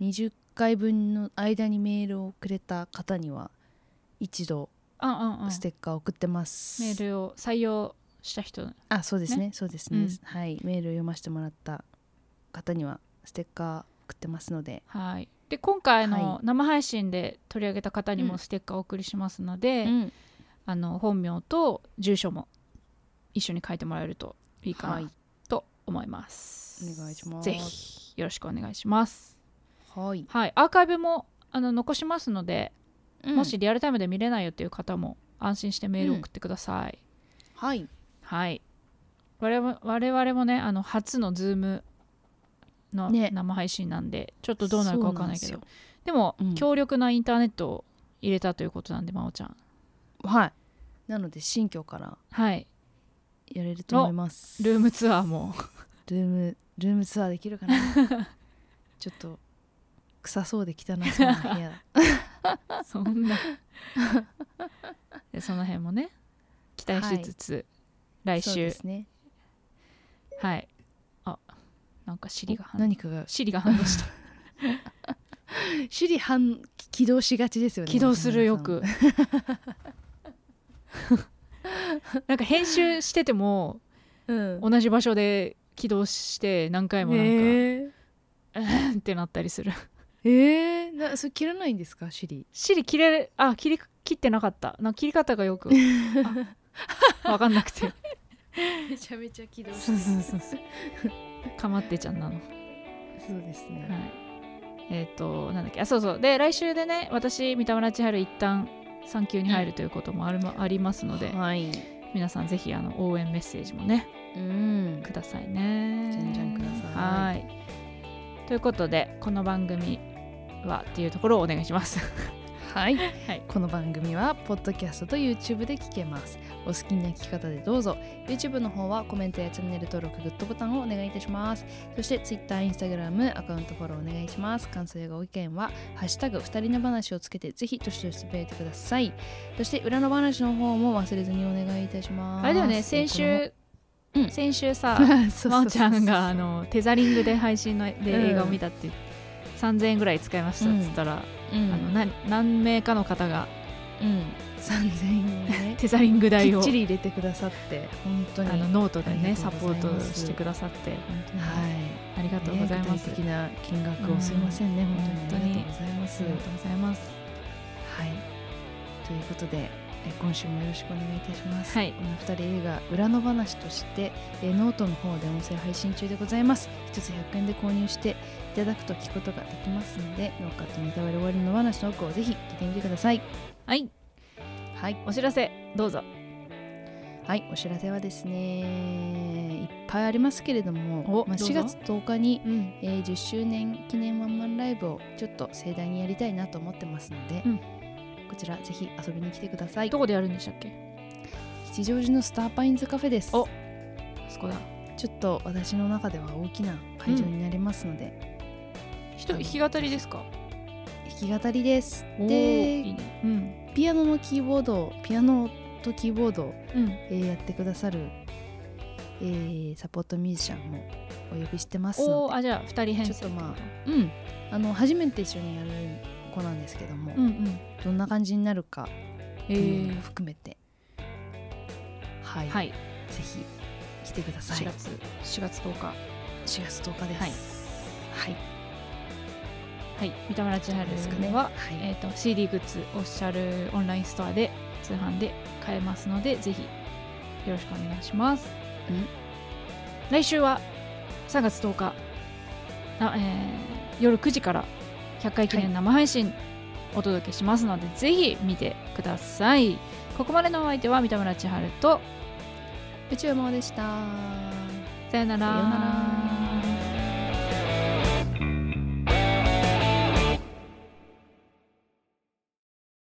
S3: 20回分の間にメールをくれた方には一度
S2: あんあんあん
S3: ステッカーを送ってます、
S2: メールを採用した人、
S3: あそうですねそうですね、
S2: うん
S3: はいメールを読ませてもらった方にはステッカー送ってますので
S2: はい。で今回の
S3: は
S2: 生配信で取り上げた方に
S3: うん
S2: もステッカーをお送りしますので、
S3: うん
S2: あの本名と住所も一緒に書いてもらえるといいか
S3: はい
S2: なと思います。
S3: お願いします
S2: ぜひよろしくお願いします。
S3: はい、
S2: はい、アーカイブもあの残しますので。
S3: うん
S2: もしリアルタイムで見れないよっていう方も安心してメールを送ってください、
S3: はい
S2: はい我々我々もねあの初のズームの
S3: ね
S2: 生配信なんで、ちょっとどうなるかわかんないけ
S3: そ
S2: ど
S3: うんで
S2: でも、
S3: うん
S2: 強力なインターネットを入れたということなんで真央ちゃん
S3: すよはいなので新居から
S2: はい
S3: やれると思います
S2: ルームツアー も
S3: ルームルームツアーできるかな ちょっと臭そうで汚そうな部屋
S2: そん なでその辺もね期待しつつ、 来
S3: そう
S2: 週
S3: ですね
S2: はいあなんかシリが反応
S3: 何かが
S2: シリが反応した
S3: シリ反起動しがちですよね
S2: 起動するよ
S3: 渡辺
S2: く なんか編集してても
S3: さんうん
S2: 同じ場所で起動して何回もなんか、
S3: ね
S2: うんってなったりする
S3: ええーなそれ切 らないんですかシリ
S2: シリ切れあ切り切ってなかったなんか切り方がよくあ分かんなくて
S3: めちゃめちゃ起動
S2: そうそうそうそうかまってちゃんなの
S3: そうですね、
S2: はい、えっ、となんだっけあそうそうで来週でね私三田村千春一旦産休に入るということもある、ありますので
S3: はい。
S2: 皆さんぜひあの応援メッセージもね
S3: うん。
S2: くださいね
S3: じゃんじゃんください
S2: はいということでこの番組はっていうところをお願いします
S3: はい。
S2: はい
S3: この番組はポッドキャストと YouTube で聞けます。お好きな聞き方でどうぞ。YouTube の方はコメントやチャンネル登録、グッドボタンをお願いいたします。そして Twitter、Instagram アカウントフォローお願いします。感想やご意見はハッシュタグ二人の話をつけてぜひどしどしつぶやいてください。そして裏の話の方も忘れずにお願いいたします。
S2: あれだよね先
S3: えっ
S2: 週、
S3: うん
S2: 先週さ
S3: と。 そうそうそう
S2: まおちゃんがあのテザリングで配信ので映画を見たって、3000円ぐらい使いましたっつったら、
S3: うん
S2: あのな何名かの方が
S3: うん3000円を ね
S2: テザリング代
S3: き
S2: を
S3: っちり入れてくださって本当
S2: あ
S3: に
S2: のノートで
S3: あり
S2: ね
S3: が
S2: サ
S3: とう
S2: ポ
S3: ござい
S2: ー
S3: ま
S2: ト
S3: す
S2: してくださって本当に
S3: はい
S2: ありがとうございます、
S3: ね具体的な金額をすいませんね、
S2: うん
S3: 本当にありがとうございま
S2: あ
S3: す
S2: りがとうございます
S3: はいということでえ今週もよろしくお願いいたします、
S2: はい
S3: この2人映画「裏の話」としてえノートの方で音声配信中でございます1つ100円で購入していただくと聞くことができますのでノーカットネタバレ終わりの話の奥をぜひ聞いてみてください
S2: はい
S3: はい
S2: お知らせどうぞ
S3: はい、お知らせはですねいっぱいありますけれども、
S2: お
S3: まあ、
S2: どうぞ
S3: 4月10日に、
S2: うん
S3: えー10周年記念ワンマンライブをちょっと盛大にやりたいなと思ってますので、
S2: うん
S3: こちらぜひ遊びに来てください
S2: どこでやるんでしたっけ
S3: 吉祥寺のスターパインズカフェです
S2: おあそこだ
S3: ちょっと私の中では大きな会場になりますので、
S2: 人弾き語りですか
S3: 弾き語りです
S2: おーいい
S3: で
S2: ねうん
S3: ピアノのキーボードをピアノとキーボードを、
S2: うん
S3: えーやってくださる、えーサポートミュージシャンもお呼びしてますので
S2: おーあじゃあ二人編成
S3: ちょっとまあ
S2: てこ
S3: うん、あの初めて一緒にやる子なんですけども、
S2: とうんうん
S3: どんな感じになるか
S2: え
S3: っていうの
S2: ー
S3: も含めて、はい、
S2: はい
S3: ぜひ来てくださ
S2: 4
S3: い4
S2: 月4月10日
S3: 月10日ですはい、
S2: はい三田村千春
S3: で
S2: ですす
S3: か
S2: か
S3: ね
S2: ねは
S3: はい
S2: えー、と CD グッズオフィシャルオンラインストアで通販で買えますのでぜひよろしくお願いします
S3: うん
S2: 来週は3月10日あ、えー夜9時から100回記念生配信お届けしますので、ぜひ見てくださいここまでのお相手は三田村千春と
S3: 宇宙山でした
S2: さよな
S3: さようなら